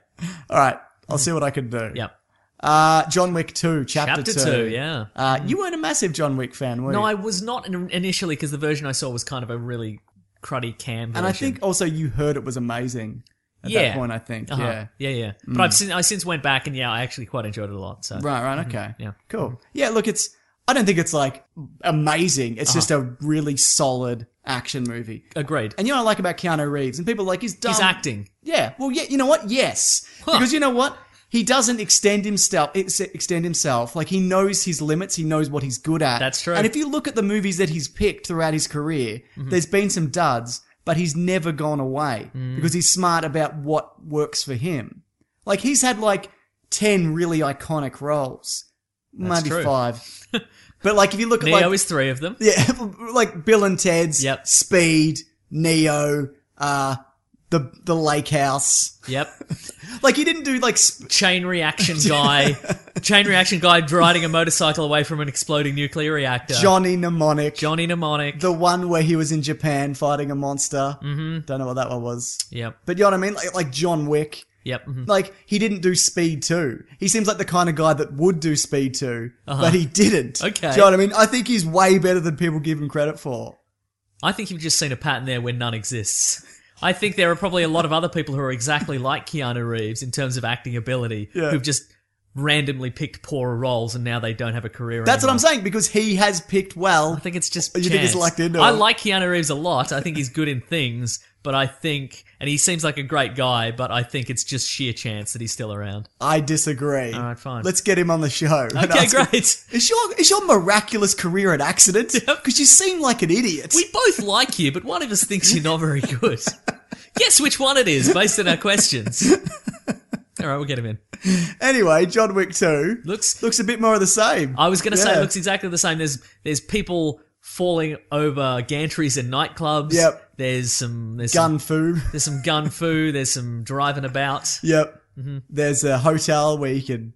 All right, I'll see what I can do. Mm-hmm. Yep. Uh, John Wick 2, chapter, Chapter two, yeah. Uh, you weren't a massive John Wick fan, were you? No, I was not in- initially because the version I saw was kind of a really cruddy cam. And I version. think also you heard it was amazing at that Yeah. point, I think. Uh-huh. Yeah. yeah, yeah. But I've since I since went back and yeah, I actually quite enjoyed it a lot. So Hmm. Right, right, okay. Mm-hmm. yeah. Cool. Yeah, look, it's, I don't think it's like amazing. Uh-huh. It's just a really solid action movie. agreed. And you know what I like about Keanu Reeves? And people are like, he's dumb. He's acting. Yeah. Well, yeah. You know what? Yes. Because you know what? He doesn't extend himself. ex- Extend himself. Like he knows his limits. He knows what he's good at. That's true. Mm-hmm. And if you look at the movies that he's picked throughout his career, there's been some duds, but he's never gone away Mm. because he's smart about what works for him. Like he's had like ten really iconic roles, maybe true. five. but like if you look at Neo like is three of them. yeah, like Bill and Ted's, Yep. Speed, Neo, uh, the the Lake House. Yep. Like he didn't do like sp- Chain reaction guy. chain reaction guy riding a motorcycle away from an exploding nuclear reactor. Johnny Mnemonic, Johnny mnemonic. the one where he was in Japan fighting a monster. Mm-hmm. Don't know what that one was, yep. but you know what I mean. Like, like John Wick. Yep. mhm. Like he didn't do Speed two. He seems like the kind of guy that would do Speed 2 but he didn't. Uh-huh. Okay. do you know what I mean? I think he's way better than people give him credit for. I think you've just seen a pattern there where none exists. I think there are probably a lot of other people who are exactly like Keanu Reeves in terms of acting ability, Yeah. who've just randomly picked poorer roles and now they don't have a career. That's what anymore. I'm saying because he has picked well. I think it's just. Oh, You think he's chance. lucked into I it? like Keanu Reeves a lot. I think he's good in things, but I think, and he seems like a great guy, but I think it's just sheer chance that he's still around. I disagree. All right, fine. Let's get him on the show. and Okay, ask him- great. Is your is your miraculous career an accident? Because you seem like an idiot. We both like you, but one of us thinks you're not very good. Guess which one it is based on our questions. All right, we'll get him in. anyway, John Wick Two Looks looks a bit more of the same. I was going to say Yeah. it looks exactly the same. There's there's people falling over gantries in nightclubs. Yep. There's some there's gun Some, food. there's some gun foo. There's some driving about. Yep. Mm-hmm. There's a hotel where you can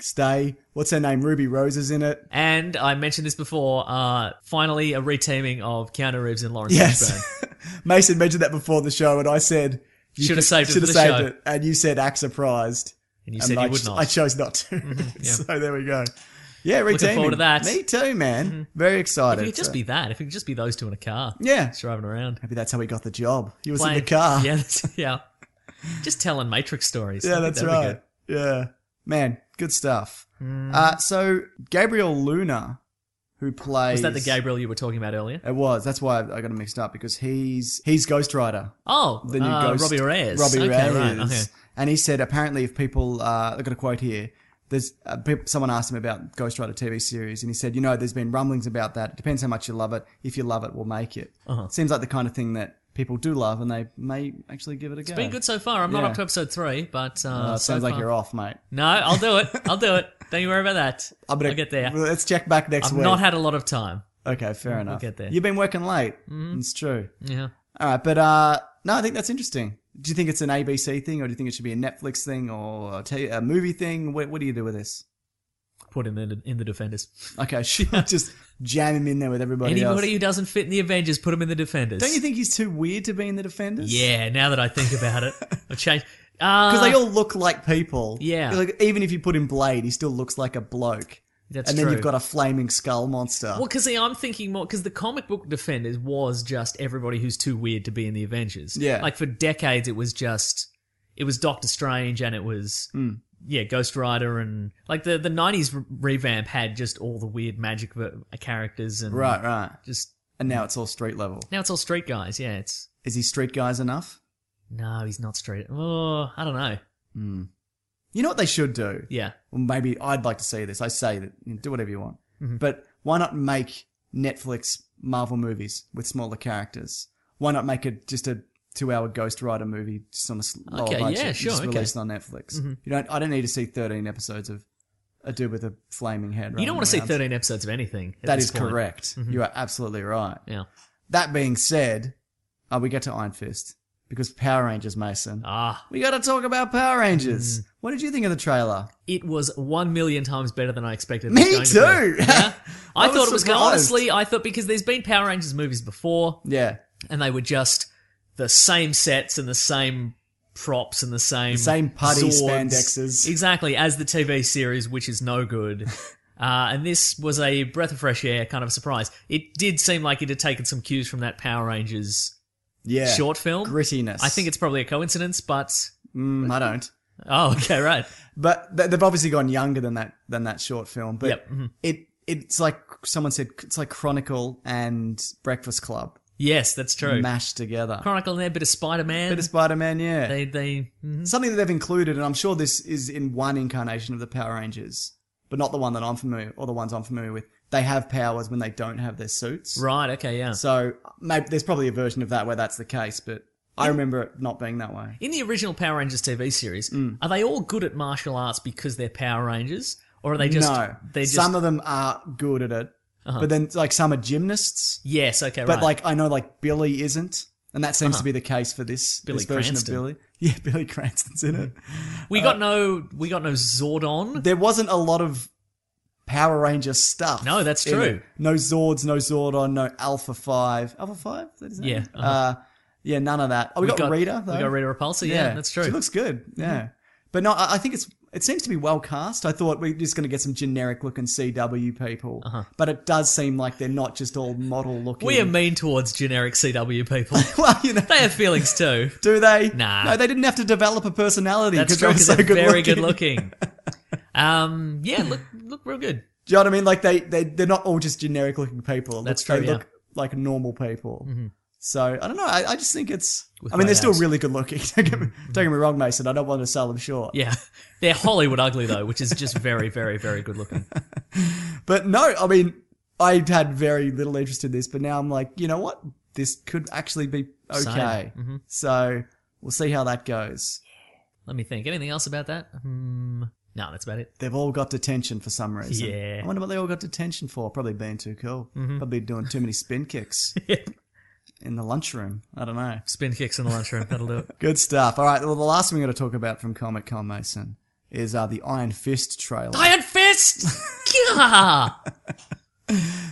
stay. What's her name? Ruby Rose is in it. And I mentioned this before. Uh, finally, a reteaming of Keanu Reeves and Lawrence Yes. Fishburne. Mason mentioned that before the show, and I said you Should have could- saved it should have for the saved show. it, and you said act surprised. and you said I, you would ch- not. Mm-hmm. I chose not to. yeah. so there we go. Yeah, reteaming. Looking forward to that. Me too, man. Very if excited. it could just So- be that, if it could just be those two in a car, yeah. just driving around, Maybe that's how he got the job. He was in Playing- the car. Yeah, that's, yeah, just telling Matrix stories. I Yeah, think that's that'd be right. Yeah. Man, good stuff. Hmm. Uh, so Gabriel Luna, who good. plays Was that the Gabriel you were talking about earlier? It was. That's why I got it mixed up because he's he's Ghost Rider. Oh, The new uh, Ghost Robbie Reyes. Robbie okay, Reyes. Right, okay. And he said apparently if people uh, I've got a quote here. There's uh, peop someone asked him about Ghost Rider TV series, and he said, "You know, there's been rumblings about that. It depends how much you love it. If you love it, we'll make it." Uh-huh. Seems like the kind of thing that people do love, and they may actually give it a go. Been good so far. I'm not Yeah. up to episode three, but uh, Uh, so sounds like far- you're off, mate. No, I'll do it. I'll do it. Don't you worry about that. I'm gonna- I'll get there. Let's check back next I've week. not had a lot of time. okay, fair enough. get there. Mm-hmm. You've been working late. It's true. Yeah. All right, but uh, no, I think that's interesting. Do you think it's an ABC thing, or do you think it should be a Netflix thing, or a, t- a movie thing? What, what do you do with this? Put him in the, in the defenders. Okay, sure. just jam him in there with everybody Anybody else. who doesn't fit in the Avengers, put him in the defenders. Don't you think he's too weird to be in the Defenders? Yeah. Now that I think about it, I change. Uh, because they all look like people. Yeah. like, even if you put in Blade, he still looks like a bloke. That's and then true. you've got a flaming skull monster. Well, because I'm thinking more because the comic book Defenders was just everybody who's too weird to be in the Avengers. Yeah. like for decades, it was just it was Doctor Strange and it was Hmm. yeah Ghost Rider and like the the '90s re- revamp had just all the weird magic ver- characters and right, right. just And now it's all street level. now it's all street guys. Yeah, it's Is he street guys enough? no, he's not straight. Oh, I don't know. Hmm. You know what they should do? Yeah, Well, maybe I'd like to see this. I say that you know, do whatever you want, Mm-hmm. but why not make Netflix Marvel movies with smaller characters? Why not make it just a two-hour Ghost Rider movie, just on a slower Okay, budget, yeah, sure, just okay. Mm-hmm. released on Netflix? You don't. I don't need to see thirteen episodes of a dude with a flaming head. you don't want to see running around. 13 episodes of anything. at That this is point. Mm-hmm. correct. You are absolutely right. Yeah. That being said, uh, we get to Iron Fist because Power Rangers, Mason. Ah, We got to talk about Power Rangers. What did you think of the trailer? it was one million times better than I expected. it Me was going too. To be. Yeah? I, I was thought it was going. surprised. Honestly, I thought because there's been Power Rangers movies before, Yeah. and they were just the same sets and the same props and the same The same putty Zords. spandexes. exactly as the TV series, which is no good. Uh, and this was a breath of fresh air, kind of a surprise. It did seem like it had taken some cues from that Power Rangers Yeah. short film. Grittiness. I think it's probably a coincidence, but Mm, I don't. oh, okay, right. But th- they've obviously gone younger than that than that short film. But Yep, mhm. it it's like someone said it's like Chronicle and Breakfast Club Yes, that's true. mashed together. Chronicle in there, bit of Spider Man. Bit of Spider Man, yeah. Mm-hmm. they they mhm. Something that they've included, and I'm sure this is in one incarnation of the Power Rangers, but not the one that I'm familiar or the ones I'm familiar with. They have powers when they don't have their suits. right. Okay, yeah. So maybe there's probably a version of that where that's the case, but I remember it not being that way. In the original Power Rangers TV series, Mm. are they all good at martial arts because they're Power Rangers, or are they just no, they just some of them are good at it, but then like some are gymnasts. yes? Okay, But right. Uh-huh. like I know like Billy isn't, and that seems to be the case for this Billy this version Cranston. of Billy. Yeah, Billy Cranston's in it. we uh, got no we got no Zordon. There wasn't a lot of Power Ranger stuff. No, that's in true. it. No Zords, no Zordon, no Alpha Five. Alpha Five? Is that his name? Yeah, uh yeah, none of that. Oh, we, got, Rita. Though. We got Rita Repulsa. Yeah, that's true. Mm-hmm. She looks good. Yeah, but no, I, I think it's it seems to be well cast. I thought we are just going to get some generic looking CW people, but it does seem like they're not just all model looking. Uh-huh. we are mean towards generic CW people. well, you know, they have feelings too. do they? Nah. No, they didn't have to develop a personality That's because they were true. 'cause so they're good very looking. good looking. um, yeah, look look real good. Do you know what I mean? Like they they they're not all just generic looking people. It That's looks- true, They yeah. Mm-hmm. look like normal people. So I don't know. I, I just think it's. With Mm-hmm. I mean, great they're still abs. really good looking. don't, get me, don't get me wrong, Mason. I don't want to sell them short. Yeah, they're Hollywood ugly though, which is just very very very good looking. But no, I mean, I had very little interest in this, but now I'm like, you know what? This could actually be okay. So we'll see how that goes. Mm-hmm. Let me think. Anything else about that? Hmm. No, that's about it. They've all got detention for some reason. Yeah. Mm-hmm. I wonder what they all got detention for. Probably being too cool. Probably doing too many spin kicks in the lunchroom. I don't know. Spin kicks in the lunchroom. That'll do it. Good stuff. All right. Well, the last thing we're going to talk about from Comic Con, Mason, is uh, the Iron Fist trailer. Iron Fist! Gah!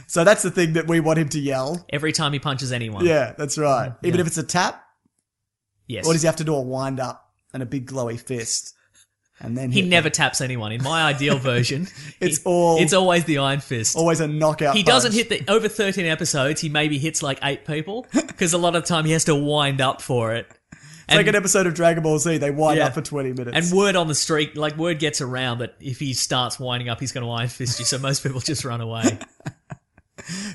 so that's the thing that we want him to yell. Every time he punches anyone. Yeah, that's right. Even if it's a tap, Yes. Or does he have to do a wind up and a big glowy fist? and then He hit never taps anyone. In my ideal version, It's he- all- it's always the Iron Fist. them. always a knockout. he doesn't punch. hit the over 13 episodes. He maybe hits like eight people because a lot of time he has to wind up for it. It's like an episode of Dragon Ball Z. They wind Yeah. up for twenty minutes. And word on the street, like word gets around that if he starts winding up, he's going to iron fist you. So most people just run away.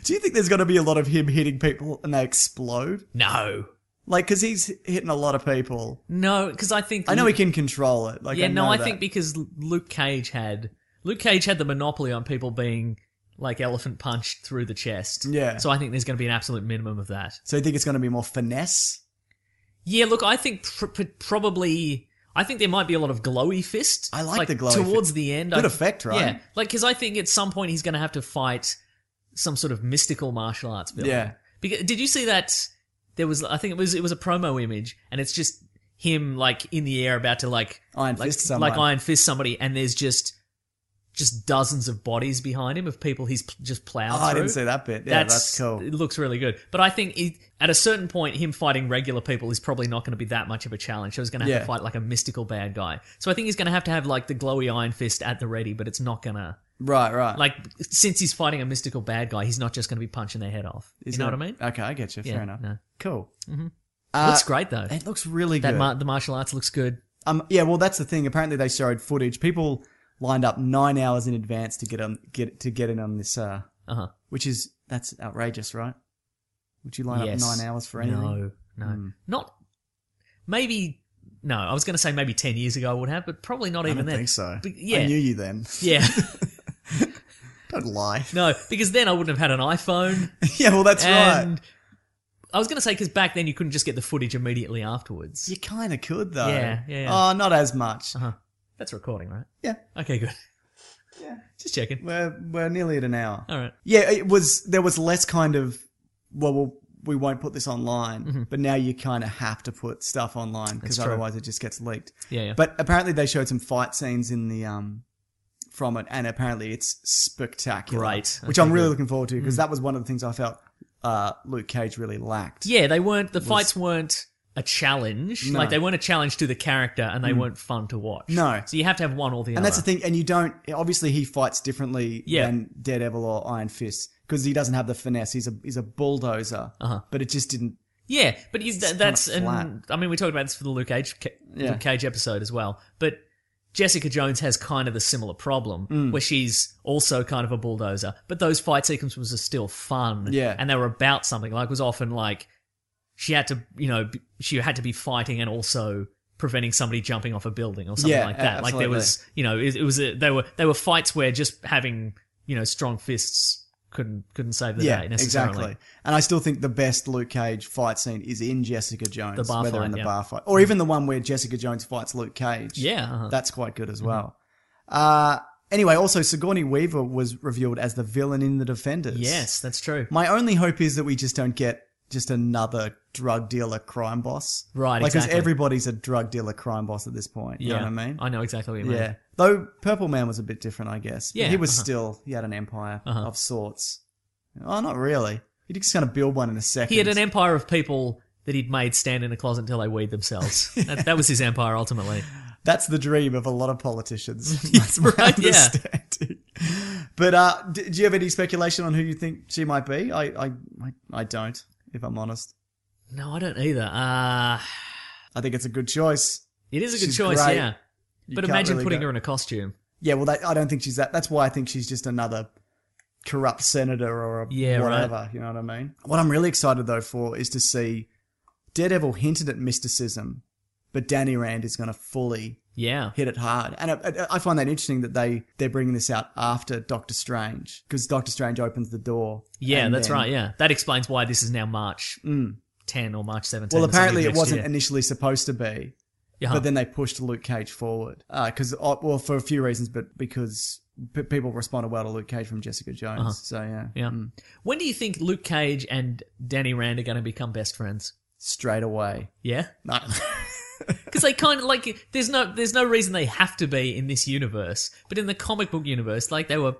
do you think there's going to be a lot of him hitting people and they explode? No, Like, because he's hitting a lot of people. no, because I think I know he can control it. Like, yeah, I no, know I that. think because Luke Cage had Luke Cage had the monopoly on people being like elephant punched through the chest. Yeah. So I think there's going to be an absolute minimum of that. so. You think it's going to be more finesse? Yeah, look, I think pr- pr- probably. I think there might be a lot of glowy fist. I like the glowy towards fist. the end. Good I- effect, right? Yeah, like because I think at some point he's going to have to fight some sort of mystical martial arts villain. Yeah. Because, did you see that? There was, I think it was, it was a promo image, and it's just him like in the air about to like Iron like, Fist someone. like iron fist somebody, and there's just just dozens of bodies behind him of people he's p- just plowed. Oh, I didn't through. see that bit. Yeah, that's, cool. It looks really good. But I think it, at a certain point, him fighting regular people is probably not going to be that much of a challenge. So he's going to have Yeah. to fight like a mystical bad guy. So I think he's going to have to have like the glowy iron fist at the ready, but it's not going to. Right, right. Like, since he's fighting a mystical bad guy, he's not just going to be punching their head off. He's you know gonna- what I mean? Okay, I get you. Yeah, Fair enough. no. Cool. Mm-hmm. looks great, though. It looks really That good. mar- the martial arts looks good. um, yeah, well, that's the thing. Apparently, they showed footage. People lined up nine hours in advance to get on get to get in on this. Uh, Uh huh. which is that's outrageous, right? Would you line Yes. up nine hours for anything? Hmm. No, no. Not. Maybe. No, I was going to say maybe 10 years ago I would have, but probably not I even don't then. think so. But, yeah. I knew you then. Yeah. Don't lie. no, because then I wouldn't have had an iPhone. yeah, well, that's right. and I was going to say because back then you couldn't just get the footage immediately afterwards. You kind of could though. Yeah, yeah, yeah. Oh, not as much. Uh-huh. That's recording, right? Yeah, Okay, good. Yeah. Just checking. we're we're nearly at an hour. All right. Yeah, it was. There was less kind of. Well, we'll we won't put this online, but now you kind of have to put stuff online because Mm-hmm. true. otherwise it just gets leaked. Yeah, yeah. But apparently they showed some fight scenes in the um from it, and apparently it's spectacular. Great. which Okay, I'm really good. Mm. looking forward to because that was one of the things I felt uh, Luke Cage really lacked. yeah, they weren't. The fights weren't a challenge. No. Mm. Like they weren't a challenge to the character, and they weren't fun to watch. No. So you have to have one or the other. And that's the thing, and you don't. Obviously, he fights differently Yeah. than Daredevil or Iron Fist because he doesn't have the finesse. He's a he's a bulldozer, Uh-huh. but it just didn't. Yeah, but is that, that's kinda and I mean we talked about this for the Luke Cage ca- Yeah. Luke Cage episode as well, but. Jessica Jones has kind of a similar problem Mm. where she's also kind of a bulldozer, but those fight sequences are still fun. Yeah. And they were about something. Like, it was often like she had to, you know, b- she had to be fighting and also preventing somebody jumping off a building or something Yeah, like a- that. Like, there was, you know, it, it was, a, they were, they were fights where just having, you know, strong fists couldn't, couldn't save the Yeah, day necessarily. exactly. And I still think the best Luke Cage fight scene is in Jessica Jones, The bar whether fight, in the yeah. bar fight or even the one where Jessica Jones fights Luke Cage. Yeah. uh-huh. that's quite good as well. Uh, anyway, also Sigourney Weaver was revealed as the villain in The Defenders. Yes, that's true. My only hope is that we just don't get just another drug dealer crime boss. Right, Like, exactly. everybody's a drug dealer crime boss at this point. You know what I mean? I know exactly what you mean. yeah. Though Purple Man was a bit different, I guess. But Yeah, He was uh-huh. still, he had an empire of sorts. Oh, not really. He just kind of build one in a second. He had an empire of people that he'd made stand in a closet until they weed themselves. that, that was his empire ultimately. That's the dream of a lot of politicians. That's my Right, yeah. understanding. But uh, d- do you have any speculation on who you think she might be? I, I, I, I don't, if I'm honest. No, I don't either. Uh, I think it's a good choice. it is a good She's choice, great. yeah. You But can't imagine really putting go- her in a costume. Yeah, well, that, I don't think she's that. That's why I think she's just another corrupt senator or a Yeah, right. whatever. You know what I mean? What I'm really excited though for is to see Daredevil hinted at mysticism, but Danny Rand is going to fully Yeah. hit it hard. And I, I find that interesting that they they're bringing this out after Doctor Strange because Doctor Strange opens the door. Yeah, and that's then- right. Yeah. That explains why this is now March Mm. 10 or March 17. Well, or something apparently it next wasn't year. initially supposed to be, Yeah. but then they pushed Luke Cage forward because well for a few reasons, but because p- people responded well to Luke Cage from Jessica Jones. So yeah, Uh-huh. Hmm. yeah. When do you think Luke Cage and Danny Rand are going to become best friends? straight away. Yeah. No. Because they kind of like there's no there's no reason they have to be in this universe, but in the comic book universe, like they were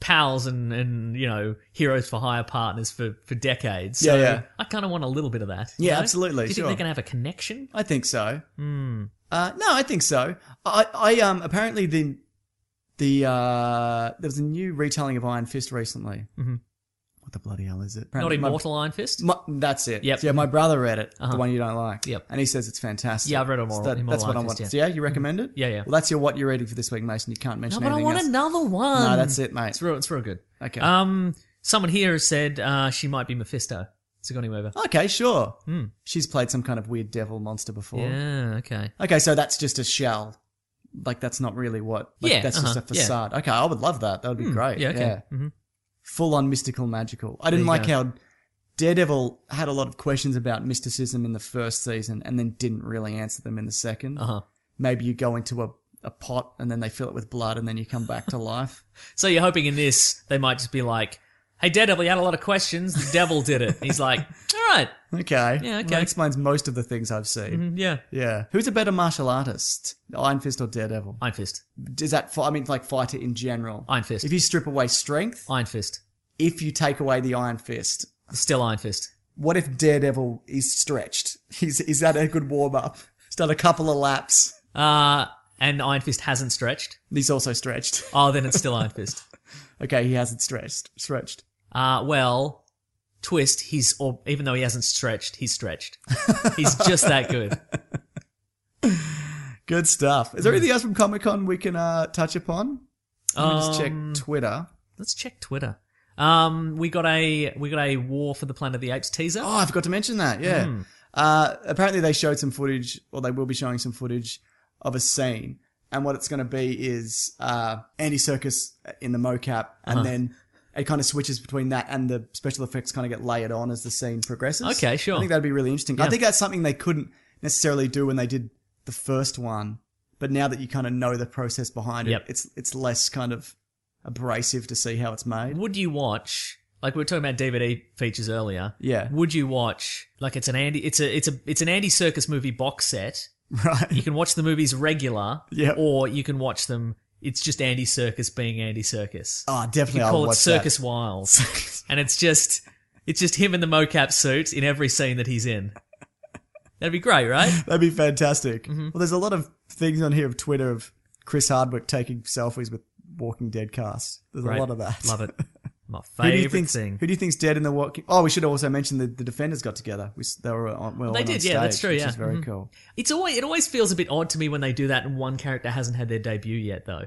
pals and and you know heroes for hire partners for for decades. So Yeah, yeah. I kind of want a little bit of that. you Yeah, know? absolutely, Do you sure. think they're gonna have a connection? I think so. Uh, no, I think so. I, I um apparently the the uh there was a new retelling of Iron Fist recently. Mm-hmm. What the bloody hell is it? Not Apparently my- Immortal Iron Fist. my- that's it. Yep. Yeah, my brother read it, Uh-huh. the one you don't like. Yep. And he says it's fantastic. Yeah, I've read So Immortal- that- That's Immortal what I Iron want. Fist, Yeah, you recommend it? Yeah, yeah. Well, that's your what you're reading for this week, Mason. You can't No, mention but I anything want else. another one. No, that's it, mate. It's real. It's real good. Okay. Um, someone here has said uh, she might be Mephisto. Sigourney Weaver. Okay, sure. Hmm. She's played some kind of weird devil monster before. Yeah. Okay. Okay, so that's just a shell. Like that's not really what. Like, Yeah, that's just uh-huh, a yeah. facade. Okay, I would love that. That would be Hmm, great. Yeah. Okay. hmm full on mystical magical. I didn't There you like go. how Daredevil had a lot of questions about mysticism in the first season and then didn't really answer them in the 2nd Uh huh. Maybe you go into a, a pot and then they fill it with blood and then you come back to life. So you're hoping in this they might just be like, "Hey, Daredevil, you had a lot of questions. The devil did it." He's like, "All right, Okay. Yeah, okay. That explains most of the things I've seen. mm, yeah, Yeah. Who's a better martial artist? Iron Fist or Daredevil? Iron Fist, Is that, fi- I mean, like fighter in general. Iron Fist, If you strip away strength, Iron Fist, if you take away the Iron Fist, still Iron Fist." what if Daredevil is stretched? Is, is that a good warm up? He's done a couple of laps. Uh, and Iron Fist hasn't stretched. He's also stretched. Oh, then it's still Iron Fist. Okay, he hasn't stretched. Stretched. Uh, well, twist. He's or even though he hasn't stretched, he's stretched. He's just that good. Good stuff. Is there Hmm. anything else from Comic Con we can uh, touch upon? Let me just check Um, Twitter. Let's check Twitter. Um, we got a we got a War for the Planet of the Apes teaser. Oh, I forgot to mention that. Yeah. Hmm. Uh, apparently, they showed some footage, or they will be showing some footage of a scene. And what it's going to be is uh, Andy Circus in the mocap, and then it kind of switches between that and the special effects kind of get layered on as the scene progresses. Okay, sure. I think that'd be really interesting. I Yeah. think that's something they couldn't necessarily do when they did the first one, but now that you kind of know the process behind it, Yep. it's it's less kind of abrasive to see how it's made. Would you watch? Like we were talking about DVD features earlier. Yeah. Would you watch? Like it's an Andy. It's a it's a it's an Andy Circus movie box set. Right. You can watch the movies regular. Yeah. Or you can watch them. It's just Andy Circus being Andy Circus. Oh, you definitely. can I'll call it watch Circus That. Wiles, and it's just it's just him in the mocap suit in every scene that he's in. That'd be great, right? That'd be fantastic. Mm-hmm. Well, there's a lot of things on here of Twitter of Chris Hardwick taking selfies with Walking Dead cast. There's Great. a lot of that. Love it. My Who do you favorite think? thing. Who do you think's dead in the Walking? Oh, we should also mention that the Defenders got together. We, s- they were on. Well, They on did, yeah, that's stage, true, Which yeah. is very Mhm. cool. It's always it always feels a bit odd to me when they do that and one character hasn't had their debut yet though.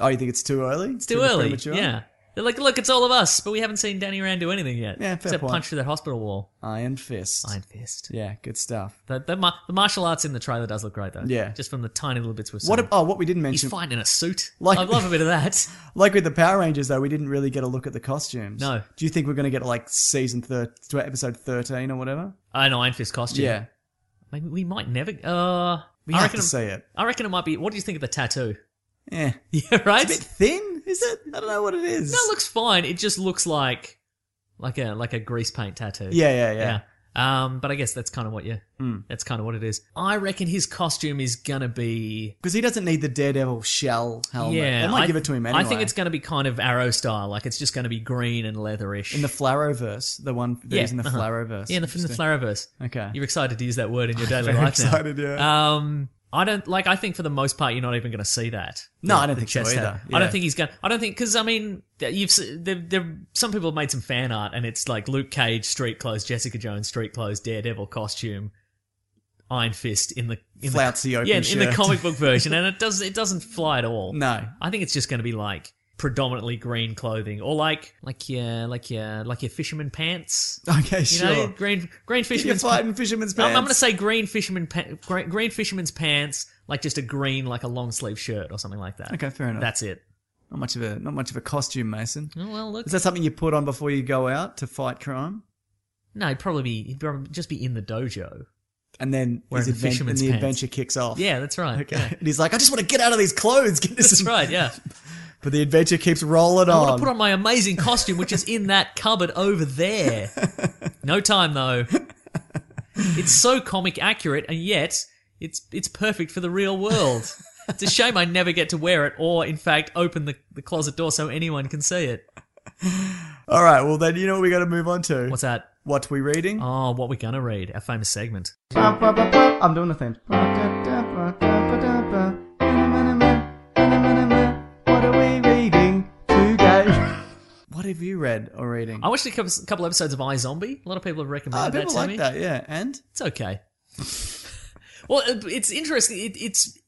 Oh, you think it's too early? It's Too, early. Premature? Yeah. They're like, look, it's all of us, but we haven't seen Danny Rand do anything yet. Yeah, fair Except point. punch through that hospital wall. Iron Fist. Iron Fist. Yeah, good stuff. The, the, ma- the martial arts in the trailer does look great though. Yeah. Just from the tiny little bits we've seen. What? ab- Oh, what we didn't He's mention. fine in a suit. Like- I'd love a bit of that. Like with the Power Rangers, though, we didn't really get a look at the costumes. No. Do you think we're going to get like season thir- to episode thirteen or whatever? An Iron Fist costume. Yeah, Maybe we might never. Uh, we I have reckon. to see it. I reckon it might be. What do you think of the tattoo? Yeah, Yeah, right. bit thin, is it? I don't know what it is. No, it looks fine. It just looks like like a like a grease paint tattoo. Yeah, yeah, yeah. Hmm. Yeah. Um, but I guess that's kind of what you. That's kind of what it is. I reckon his costume is gonna be. Because he doesn't need the Daredevil shell helmet. Yeah, they might I- give it to him anyway. I think it's gonna be kind of arrow style. Like it's just gonna be green and leatherish. in the Flaroverse, the one that Yeah, is in the uh-huh. Flaroverse. yeah, in the, in the Flareverse. Okay. You're excited to use that word in your daily Very life excited, now. yeah. Um, I don't like. I think for the most part, you're not even going to see that. No, The- I don't the think so chest either. tat. I don't Yeah. think he's going. to I don't think because I mean, th- you've s- there, there. Some people have made some fan art, and it's like Luke Cage street clothes, Jessica Jones street clothes, Daredevil costume, Iron Fist in the in Flouncy the, open yeah in the shirt. comic book version, and it does it doesn't fly at all. No. I think it's just going to be like predominantly green clothing, or like like your like your like your fisherman pants. Okay, You Oh, sure. know, green green You're fisherman's fighting fisherman's I'm, pants. going to say green fisherman pa- green, green fisherman's pants, like just a green, like a long sleeve shirt or something like that. Okay, fair enough. That's it. not much of a not much of a costume, Mason. Oh, well, look. Is that something you put on before you go out to fight crime? no, he'd probably be he'd probably just be in the dojo. Oh. And then Wearing his the adven- and fisherman's the pants. adventure kicks off. Yeah, that's right. Okay. Yeah. And he's like, I just want to get out of these clothes. Get this That's right. Yeah, But the adventure keeps rolling I on. want to put on my amazing costume, which is in that cupboard over there. No time though. It's so comic accurate, and yet it's it's perfect for the real world. It's a shame I never get to wear it, or in fact, open the, the closet door so anyone can see it. All right. Well, then you know what we got to move on to. What's that? Um, what we reading? Oh, what we're gonna read? Our famous segment. I'm doing the thing. have you read or reading? I watched a couple, couple episodes of iZombie. A lot of people have recommended Ah, that people to like me. that, yeah. And It's okay. well, it- it's interesting. It, it's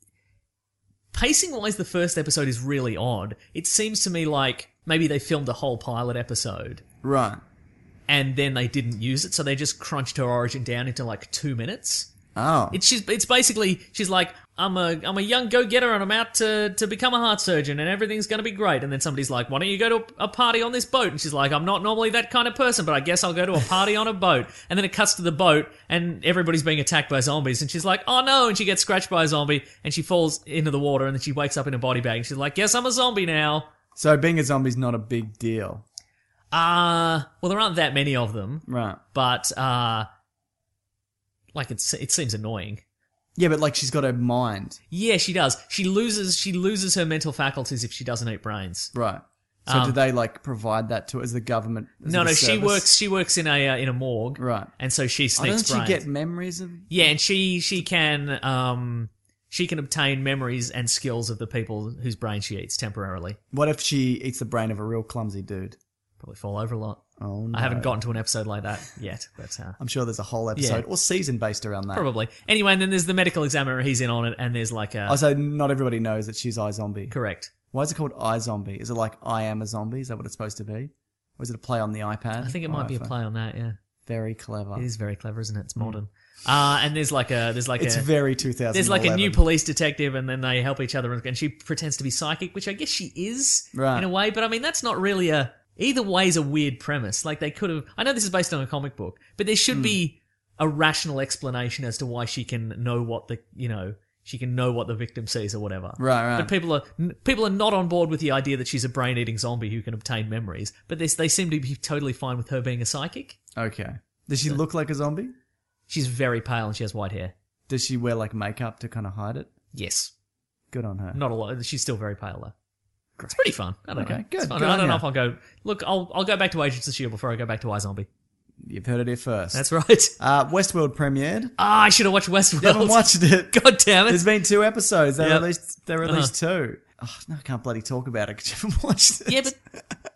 pacing wise, the first episode is really odd. It seems to me like maybe they filmed a whole pilot episode right, and then they didn't use it, so they just crunched her origin down into like two minutes. oh, It's she's it's basically she's like I'm a I'm a young go getter and I'm out to to become a heart surgeon and everything's gonna be great. And then somebody's like, why don't you go to a party on this boat? And she's like, I'm not normally that kind of person, but I guess I'll go to a party on a boat. And then it cuts to the boat and everybody's being attacked by zombies. And she's like, oh no! And she gets scratched by a zombie and she falls into the water and then she wakes up in a body bag. And she's like, yes, I'm a zombie now. so being a zombie's not a big deal, Uh well, there aren't that many of them, right? but uh, like it's it seems annoying. Yeah, but like she's got her mind, Yeah, she does. She loses she loses her mental faculties if she doesn't eat brains. right? So do they like provide that to as the government? as Um, No, the no, she service? works she works in a uh, in a morgue. right. And so Oh, she doesn't sneaks she brains. get memories of? yeah, and she she can um she can obtain memories and skills of the people whose brain she eats temporarily. What if she eats the brain of a real clumsy dude? Probably fall over a lot. Oh no! I haven't gotten to an episode like that yet, but uh, I'm sure there's a whole episode Yeah. or season based around that. probably. Anyway, and then there's the medical examiner. He's in on it, and there's like a Oh, so not everybody knows that she's iZombie. correct. Why is it called iZombie? Is it like I am a zombie? Is that what it's supposed to be? Or is it a play on the iPad? I think it might be a iPhone? play on that. Yeah, Very clever. it is very clever, isn't it? It's modern. Uh, and there's like a there's like Hmm. It's a, very 2000. There's like a new police detective, and then they help each other, and she pretends to be psychic, which I guess she is Right. in a way. But I mean, that's not really a either way is a weird premise. Like they could have. I know this is based on a comic book, but there Hmm. should be a rational explanation as to why she can know what the you know she can know what the victim sees or whatever. Right, right. But people are n- people are not on board with the idea that she's a brain eating zombie who can obtain memories. But they they seem to be totally fine with her being a psychic. Okay. Does she look like a zombie? She's very pale and she has white hair. Does she wear like makeup to kind of hide it? Yes. Good on her. Not a lot. She's still very pale though. It's pretty fun. I don't Okay, know. good, It's fun. good I on don't know ya. if I'll go. Look, I'll I'll go back to Agents of Shield before I go back to iZombie. You've heard it here first. That's right. uh, Westworld premiered. Ah, I should have watched Westworld. You haven't watched it. God damn There's it! been two episodes. They Yep. Uh-huh. released. They released two. Oh, no, I can't bloody talk about it because you haven't watched it. Yeah, but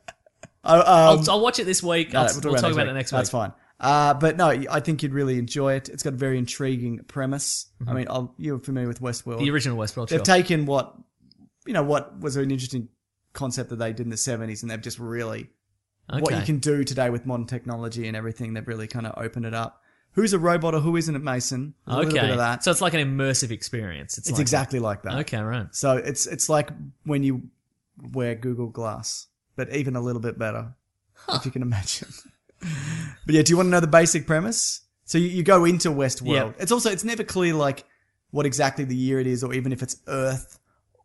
Oh, um, I'll, I'll watch it this week. No, I'll, no, we'll talk about it next week. That's fine. Uh, but no, I think you'd really enjoy it. It's got a very intriguing premise. I mean, I'll, you're familiar with Westworld. Mm-hmm. The original Westworld. they've Sure. taken what, you know, what was an interesting concept that they did in the 70s and they've just really, what Okay. you can do today with modern technology and everything, they've really kind of opened it up. Who's a robot or who isn't it, Mason? A okay. little bit of that. So it's like an immersive experience. It's, it's like, exactly like that. Okay, right. So it's, it's like when you wear Google Glass, but even a little bit better, if you can imagine. but yeah, do you want to know the basic premise? So you, you go into Westworld. Yep. It's also, it's never clear like what exactly the year it is or even if it's Earth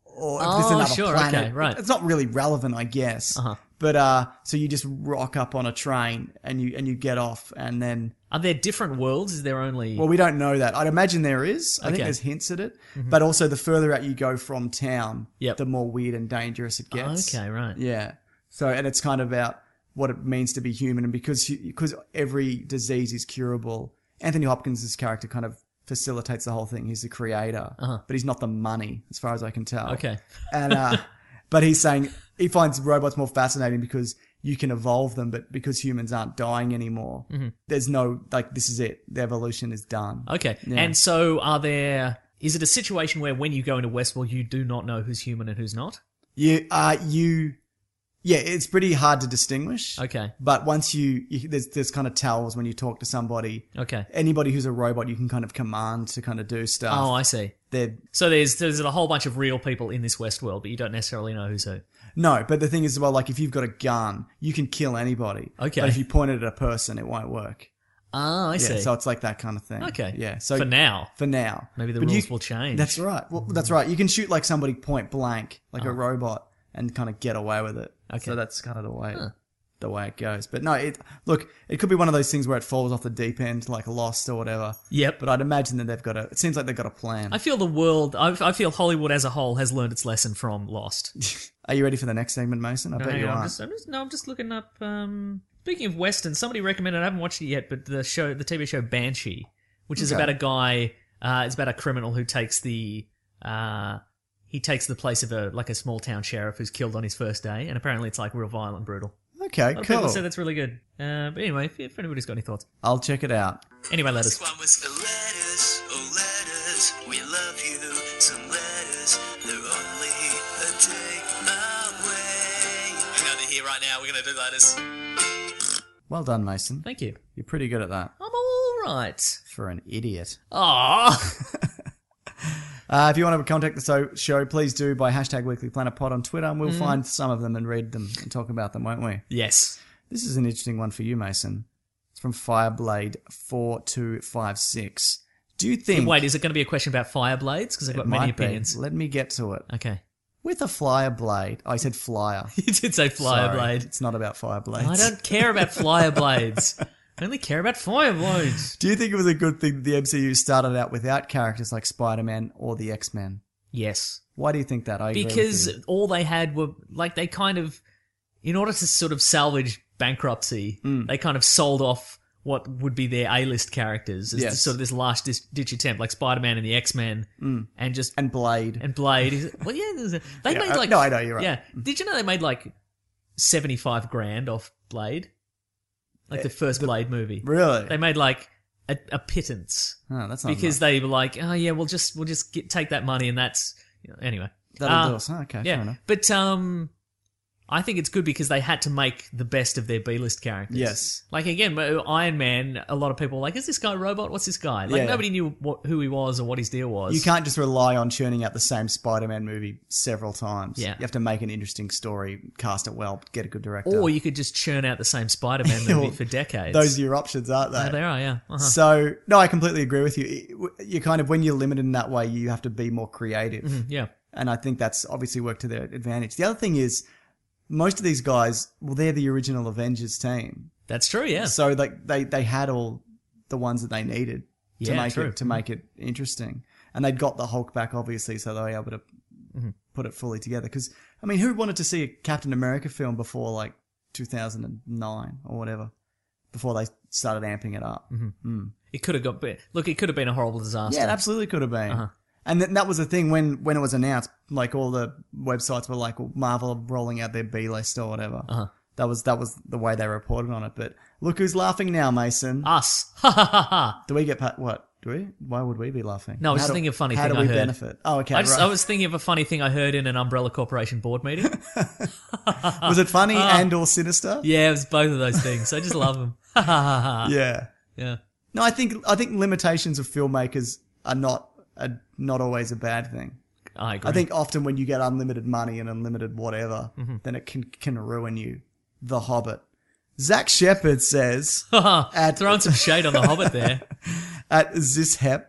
or if there's Oh, another sure, planet. okay, right. It's not really relevant, I guess. Uh-huh. But, uh, so you just rock up on a train and you, and you get off and then Are there different worlds? Is there only? well, we don't know that. I'd imagine there is. I Okay. Mm-hmm. think there's hints at it. But also, the further out you go from town, Yep. the more weird and dangerous it gets. okay, right. Yeah. So, and it's kind of about what it means to be human. And because, you- because every disease is curable, Anthony Hopkins' character kind of facilitates the whole thing. He's the creator, but he's not the money, as far as I can tell. Uh-huh. Okay. And, uh, but he's saying he finds robots more fascinating because you can evolve them, but because humans aren't dying anymore, there's no, like, this is it. The evolution is done. Mm-hmm. Okay. And so are there? Is it a situation where when you go into Westworld, you do not know who's human and who's not? You, uh, you, yeah, it's pretty hard to distinguish. Okay. But once you, you there's, there's kind of tells when you talk to somebody, Okay. anybody who's a robot, you can kind of command to kind of do stuff. Oh, I see. They're, So there's there's a whole bunch of real people in this West world, but you don't necessarily know who's who. no, but the thing is, well, like if you've got a gun, you can kill anybody. Okay. But if you point it at a person, it won't work. Ah, I see. Yeah, so it's like that kind of thing. okay. Yeah. So for now, for now. maybe the But you- rules will change. That's right. Well, that's right. You can shoot like somebody point blank, like a robot, and kind of get away with it. Oh. Okay. So that's kind of the way the way it goes. But no, it look, it could be one of those things where it falls off the deep end, like Lost or whatever. Yep. But I'd imagine that they've got a. It seems like they've got a plan. I feel the world. I, I feel Hollywood as a whole has learned its lesson from Lost. Are you ready for the next segment, Mason? I bet Hang you on, I'm are. just, I'm just, no, I'm just looking up. Um, speaking of Western, somebody recommended. I haven't watched it yet, but the show, the TV show Banshee, which is Okay. about a guy. Uh, it's about a criminal who takes the. Uh, he takes the place of a like a small town sheriff who's killed on his first day, and apparently it's like real violent, brutal. Okay, A lot of cool. people say that's really good. Uh, but anyway, if, if anybody's got any thoughts. I'll check it out. Anyway, This letters. one was for letters, oh letters, we love you. Some letters, they're only a day away. Hang on in here right now, we're gonna do letters. Well done, Mason. Thank you. You're pretty good at that I'm all right. for an idiot. Aw. Uh, if you want to contact the so- show, please do by hashtag Weekly Planet Pod on Twitter, and Mm-hmm. we'll find some of them and read them and talk about them, won't we? yes. This is an interesting one for you, Mason. It's from Fireblade four two five six. Do you think? Wait, is it going to be a question about fire blades? Because I've It got many might be. opinions. Let me get to it. Okay. With a flyer blade. I said flyer. You did say flyer Sorry, blade. It's not about fire blades. I don't care about flyer blades. I only care about fire blades. Do you think it was a good thing that the MCU started out without characters like Spider Man or the X Men? Yes. Why do you think that? I agree with you. because all they had were like they kind of in order to sort of salvage bankruptcy Hmm. they kind of sold off what would be their a-list characters as Yes. Hmm. sort of this last dis- ditch attempt like spider-man and the x-men and just and, and Blade. blade well yeah there's a- they Yeah, made uh, like no, I know, you're right. Hmm. yeah did you know they made like 75 grand off blade like the first blade movie Eh, really? they made like a, a pittance oh, that's not because they were like oh yeah we'll just we'll just get, take that money and that's you know, anyway nice. that'll Uh, do us. Oh, okay, fair yeah, enough. but um, I think it's good because they had to make the best of their B list characters. Yes. Like again, uh, Iron Man. A lot of people were like, "Is this guy a robot? What's this guy?" Like Yeah. nobody knew what, who he was or what his deal was. You can't just rely on churning out the same Spider Man movie several times. Yeah. You have to make an interesting story, cast it well, get a good director. Or you could just churn out the same Spider Man Yeah, movie well, for decades. Those are your options, aren't Yeah, there are, yeah. Uh-huh. So no, I completely agree with you. You kind of when you're limited in that way, you have to be more creative, Mm-hmm, yeah. and I think that's obviously worked to their advantage. The other thing is, most of these guys, well, they're the original Avengers team, That's true, yeah. so like they they had all the ones that they needed to Yeah, make true. it to make it interesting, and they'd got the Hulk back obviously, so they were able to Mm-hmm. put it fully together. Because I mean, who wanted to see a Captain America film before like 2009 or whatever, before they started amping it up? Mm-hmm. It could have got be- Look, it could have been a horrible disaster. Yeah, it absolutely could have Uh-huh. been. And th- that was the thing when when it was announced. Like all the websites were like well, Marvel are rolling out their B list or whatever. Uh-huh. That was that was the way they reported on it. But look who's laughing now, Mason. Us. Ha ha ha ha. do we get pa- what? Do we? Why would we be laughing? No, I was How just do- thinking of a funny How thing do I we heard. benefit? Oh, okay. I, just, right. I was thinking of a funny thing I heard in an Umbrella Corporation board meeting. was it funny uh, and or sinister? yeah, it was both of those things. I just love them. Ha ha ha ha. Yeah. Yeah. No, I think I think limitations of filmmakers are not are not always a bad thing. I agree. I think often when you get unlimited money and unlimited whatever, Mm-hmm. then it can can ruin you. The Hobbit. Zach Shepard says at throwing some shade on the Hobbit there. at Zishep.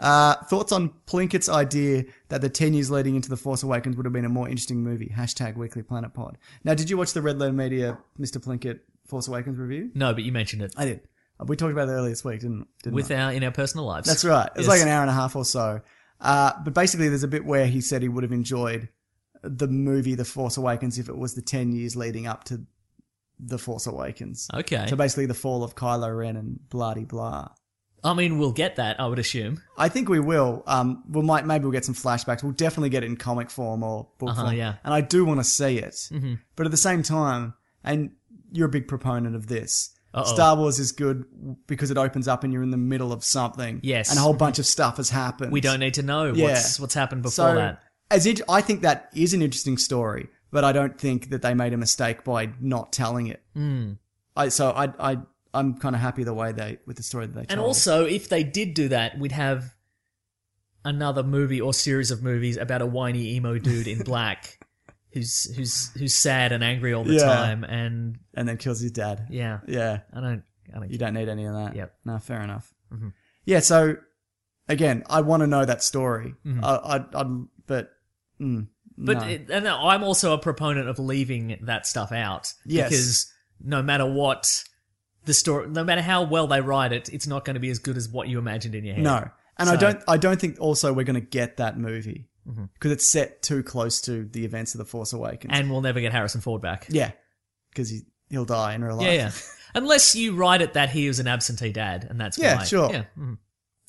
Uh, thoughts on Plinkett's idea that the ten years leading into the Force Awakens would have been a more interesting movie. Hashtag Weekly Planet Pod. Now, did you watch the Red Letter Media Mr. Plinkett Force Awakens review? No, but you mentioned it I did. Uh, We talked about it earlier this week, didn't? didn't with I? our in our personal lives. That's right. It was Yes. like an hour and a half or so. Uh, but basically, there's a bit where he said he would have enjoyed the movie The Force Awakens if it was the 10 years leading up to The Force Awakens. Okay. So basically, the fall of Kylo Ren and blah de blah. I mean, we'll get that. I would assume. I think we will. Um, we might maybe we'll get some flashbacks. We'll definitely get it in comic form or book Uh-huh, form. yeah. Mm-hmm. And I do want to see it, but at the same time, and you're a big proponent of this. Uh-oh. Star Wars is good because it opens up and you're in the middle of something. Yes. and a whole bunch of stuff has happened. We don't need to know Yeah. what's what's happened before so, that. As it, I think that is an interesting story, but I don't think that they made a mistake by not telling it. Hmm. I so I I I'm kind of happy the way they with the story that they And told. also, if they did do that, we'd have another movie or series of movies about a whiny emo dude in black who's who's who's sad and angry all the Yeah. time. And and then kills his dad. yeah, yeah. I don't. I don't. You don't need any of that. Yep. Mm-hmm. No, fair enough. Yeah. So again, I want to know that story. Mm-hmm. I, I, I, but mm, But no. it, and I'm also a proponent of leaving that stuff out Yes. because no matter what the story, no matter how well they write it, it's not going to be as good as what you imagined in your head. no, and I So- Mm-hmm. don't. I don't think also we're going to get that movie because it's set too close to the events of the Force Awakens. and we'll never get Harrison Ford back. yeah, because he he'll die in real life. yeah, yeah. Unless you write it that he was an absentee dad, and that's Yeah, why. sure. Yeah, mhm.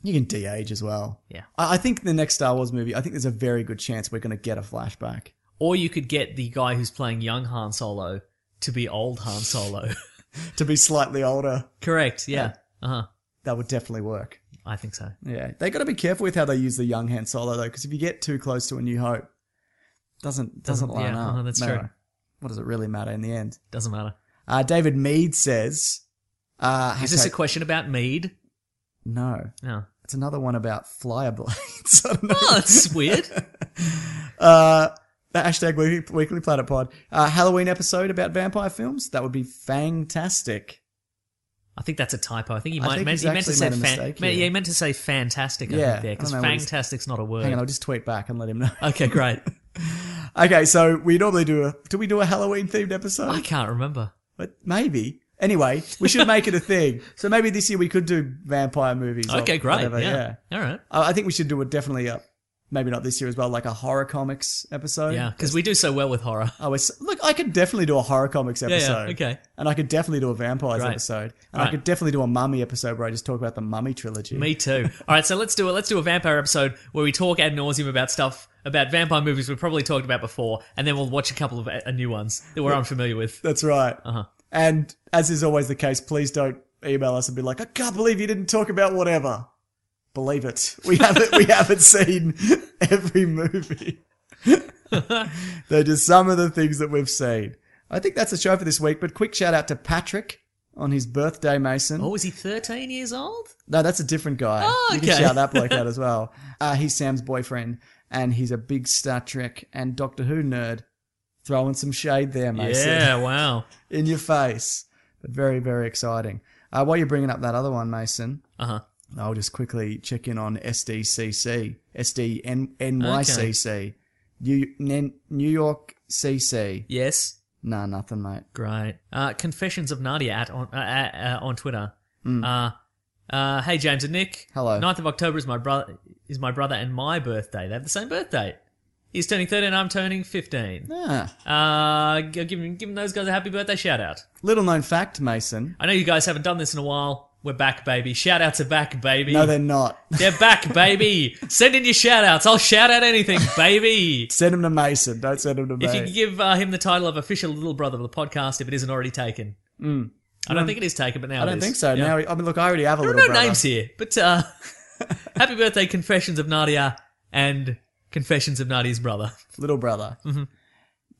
You can de-age as well. Yeah. I, I think the next Star Wars movie. I think there's a very good chance we're going to get a flashback. Or you could get the guy who's playing young Han Solo to be old Han Solo. to be slightly older. Correct. Yeah. Uh huh. That would definitely work. I think so. Yeah, they got to be careful with how they use the young Han Solo though, because if you get too close to A New Hope, doesn't doesn't, Doesn't- line yeah, up. no, that's true. What does it really matter in the end? Doesn't matter. Uh, David Mead says, uh, Is this a hashtag- question about mead? No, No. it's another one about flyer blades. I don't know. Oh, that's weird. Uh, the hashtag Weekly, Weekly Planet Pod. Uh, Halloween episode about vampire films. That would be fantastic. I think that's a typo. I think he I might think meant, he's he meant to actually say made a fan, mistake meant- here. yeah, he meant to say fantastic. I Yeah, think there I because don't know what he's- fantastic's not a word. Hang on, I'll just tweet back and let him know. okay, great. okay, so we normally do a. Do we do a Halloween themed episode? I can't remember. But maybe. Anyway, we should make it a thing. So maybe this year we could do vampire movies. or Okay, great. whatever, yeah. All right. I I think we should do it definitely up. Maybe not this year as well, like a horror comics episode. Yeah, because we do so well with horror. I was look. I could definitely do a horror comics Yeah, episode. yeah, okay. And I could definitely do a vampires Great. episode. And I Right. could definitely do a mummy episode where I just talk about the mummy trilogy. Me too. All right, so let's do it. Let's do a vampire episode where we talk ad nauseum about stuff about vampire movies we've probably talked about before, and then we'll watch a couple of uh, new ones that we're unfamiliar with. That's right. Uh-huh. And as is always the case, please don't email us and be like, "I can't believe you didn't talk about whatever." Believe it, we haven't we haven't seen every movie. They're just some of the things that we've seen. I think that's the show for this week. But quick shout out to Patrick on his birthday, Mason. Oh, is he thirteen years old? No, that's a different guy. Oh, You can okay. shout that bloke out as well. Uh, he's Sam's boyfriend, and he's a big Star Trek and Doctor Who nerd. Throwing some shade there, Mason Yeah. Wow. in your face. But very, very exciting. Uh, while you're bringing up that other one, Mason, Uh huh. I'll just quickly check in on SDCC, SDNYCC, New, Nen- New York CC. Yes. Nah, nothing, mate. Great. Uh, Confessions of Nadia at on uh, uh, uh, on Twitter. Uh, uh, hey James and Nick. Hmm. Hello. 9th of October is my brother is my brother and my birthday. They have the same birthday. He's turning thirteen. I'm turning fifteen. Ah, Uh, g- give him give him those guys a happy birthday shout out. little known fact, Mason. I know you guys haven't done this in a while. We're back, baby. Shout outs are back, baby. No, they're not. They're back, baby. Send in your shout outs. I'll shout out anything, baby. send them to Mason. Don't send them to if you could me. give uh, him the title of official little brother of the podcast, if it isn't already taken. I don't think it is taken, but Hmm. I now it don't is. think so. Yeah. Now, I mean, look, I already have a there are little no brother. names here, but uh, happy birthday, Confessions of Nadia and Confessions of Nadia's brother. Little brother. Mm-hmm.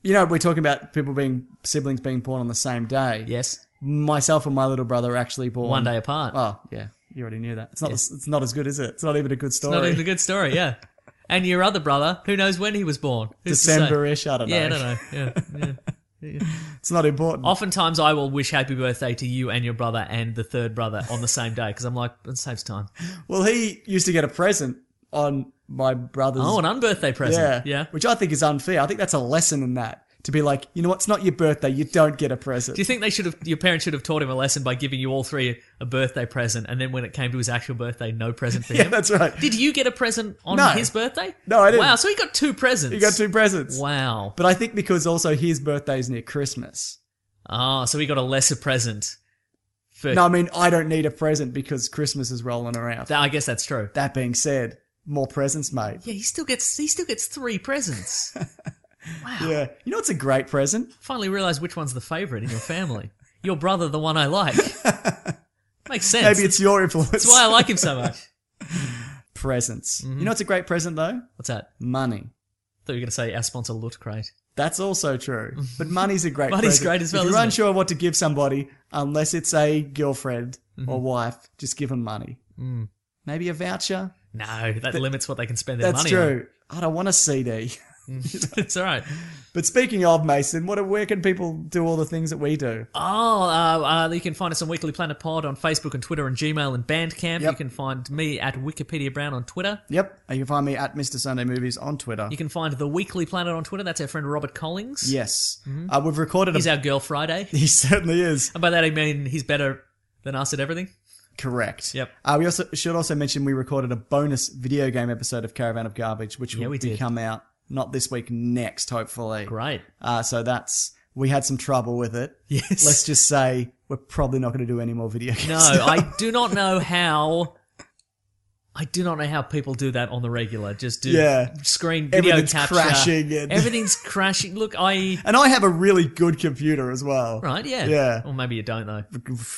You know, we're talking about people being siblings being born on the same day. Yes, myself and my little brother are actually born one day apart. Oh yeah, you already knew that. It's not. It's not as good, is it? It's not even a good it's story. not even a good story. Yeah, and your other brother, who knows when he was born? Who's to say? December-ish. I don't know. Yeah, I don't know. Yeah. yeah. It's not important. Oftentimes, I will wish happy birthday to you and your brother and the third brother on the same day because I'm like, it saves time. Well, he used to get a present on my brother's. Oh, an unbirthday yeah, present. Yeah. Which I think is unfair. I think that's a lesson in that to be like, you know what? It's not your birthday. You don't get a present. Do you think they should have? Your parents should have taught him a lesson by giving you all three a birthday present, and then when it came to his actual birthday, no present for yeah, him. that's right. Did you get a present on No. his birthday? No, I didn't. Wow, so he got two presents. He got two presents. Wow. But I think because also his birthday is near Christmas. Oh, so he got a lesser present. For No, I mean I don't need a present because Christmas is rolling around. Th- I guess that's true. that being said, more presents, mate. Yeah, he still gets he still gets three presents. Yeah. You know it's a great present? Finally realized which one's the favorite in your family. Your brother, the one I like. Makes sense. Maybe it's your influence. That's why I like him so much. presents. Mm-hmm. You know it's a great present though? What's that? Money. thought you were going to say our sponsor Loot Crate. That's also true. But money's a great Money's present. great as well, If you're isn't it? unsure what to give somebody, unless it's a girlfriend Mm-hmm. or wife, just give them money. Mm. Maybe a voucher. No, that limits what they can spend their That's money true. I don't want a CD. on. it's all right. but speaking of Mason, what where can people do all the things that we do? Oh, uh, uh, you can find us on Weekly Planet Pod on Facebook and Twitter and Gmail and Bandcamp. Yep. You can find me at Wikipedia Brown on Twitter. Yep, you can find me at Mr Sunday Movies on Twitter. You can find the Weekly Planet on Twitter. That's our friend Robert Collings. yes, uh, we've recorded. Mm-hmm. he's a- our girl Friday. he certainly is. And by that I mean he's better than us at everything. Correct. Yep. Uh, we also should also mention we recorded a bonus video game episode of Caravan of Garbage, which Yeah, will we be did. come out not this week, next hopefully. Great. Uh, so that's we had some trouble with it. Yes. Let's just say we're probably not going to do any more video games. No, I do not know how I do not know how people do that on the regular. Just do Yeah. screen video Everything's capture. crashing and- Everything's crashing. Look, I And I have a really good computer as well. right, yeah, Yeah. Or maybe you don't though.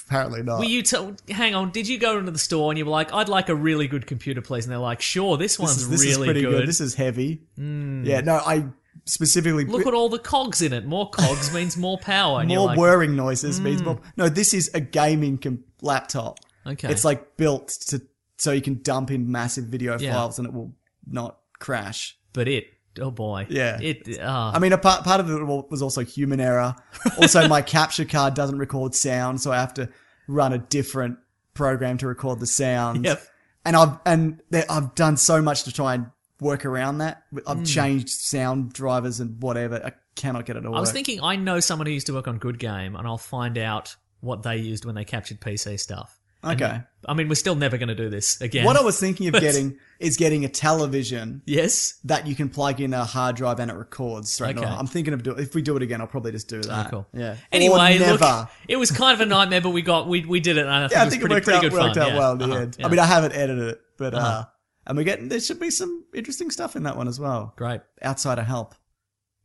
Apparently not. Were you t- hang on? Did you go into the store and you were like, "I'd like a really good computer, please"? And they're like, "Sure, this, this one's is, this really Hmm. is pretty good. This is heavy. Yeah, no, I specifically Look at all the cogs in it. More cogs means more power." And more you're like, Hmm. whirring noises means more. No, this is a gaming com- laptop. Okay. It's like built to so you can dump in massive video Yeah. files and it will not crash. but it, oh boy, Yeah. it. Uh, I mean, a part, part of it wa- was also human error. Also, my capture card doesn't record sound, so I have to run a different program to record the sound. Yep. And I've and there, I've done so much to try and work around that. Hmm. I've changed sound drivers and whatever. I cannot get it all. I was thinking I know someone who used to work on Good Game, and I'll find out what they used when they captured PC stuff. And- Okay. I mean, we're still never going to do this again. What I was thinking of getting is getting a television Yes. that you can plug in a hard drive and it records straight. Okay. Oh, Okay. I'm thinking of doing. If we do it again, I'll probably just do that. Ah, cool. Yeah. Anyway, or never. look, it was kind of a nightmare, but we got we we did it. And I think yeah, it I was think it pretty, worked pretty out good worked fun. out yeah. well in the Uh-huh, end. yeah. Uh-huh. I mean, I haven't edited it, but uh and we're getting there should be some interesting stuff in that one as well. great. Mm-hmm, Outside of help,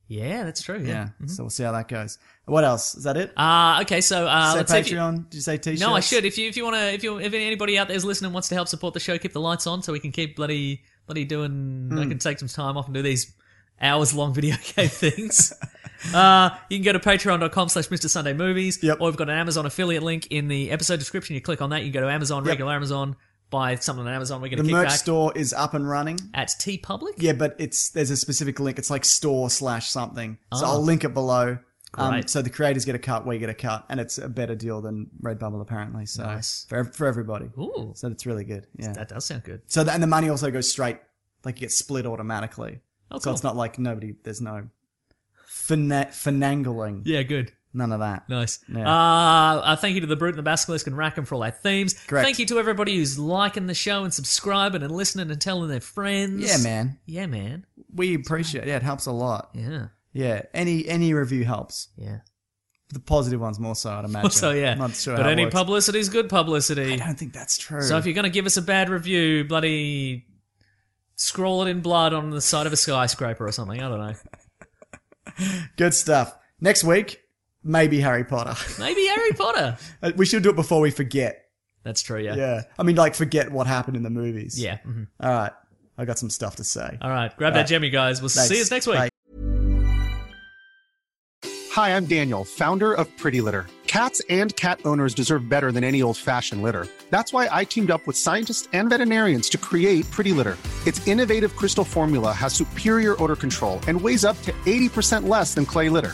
Yeah, that's true. yeah. Yeah. So we'll see how that goes. What else is that? It? Uh, okay, so uh, Did let's you say see if you- Patreon? Did you say T-shirts? No, I should. If you if you want to if you if anybody out there is listening and wants to help support the show, keep the lights on so we can keep bloody bloody doing. Hmm. I can take some time off and do these hours long video game things. Uh, you can go to patreon.com slash Mr. Sunday Movies. Yep. Or we've got an Amazon affiliate link in the episode description. You click on that, you can go to Amazon, regular Amazon, buy something on Amazon. We're going The to kick merch back store is up and running. at T Public. Yeah, but it's there's a specific link. It's like store slash something. So Ah. I'll link it below. Um, Great. so the creators get a cut, we get a cut, and it's a better deal than Redbubble apparently. So Nice. for for everybody. Ooh, So that's really good. Yeah. that does sound good. So the, and the money also goes straight, like it gets split automatically. Oh, So cool. it's not like nobody. There's no fina- finangling. Yeah, good. None of that. Nice. Yeah. Uh, uh, thank you to the Brute and the Basilisk and Rackham for all our themes. Correct. Thank you to everybody who's liking the show and subscribing and listening and telling their friends. Yeah, man. Yeah, man. We appreciate. it. Yeah, it helps a lot. Yeah, Yeah. Any any review helps. yeah. The positive ones more so, I'd imagine. Also, yeah. I'm not sure. but how it any works. publicity is good I publicity. don't think that's true. So if you're going to give us a bad review, bloody scroll it in blood on the side of a skyscraper or something. I don't know. good stuff. Next week, maybe Harry Potter. Uh, Maybe Harry Potter. we should do it before we forget. That's true. Yeah. Yeah. I mean, like forget what happened in the movies. Yeah. mhm. All right. I got some stuff to say. All right. Grab that gem, you guys. We'll see Thanks. you next week. Bye. Hi, I'm Daniel, founder of Pretty Litter. Cats and cat owners deserve better than any old fashioned litter. That's why I teamed up with scientists and veterinarians to create Pretty Litter. Its innovative crystal formula has superior odor control and weighs up to 80% less than clay litter.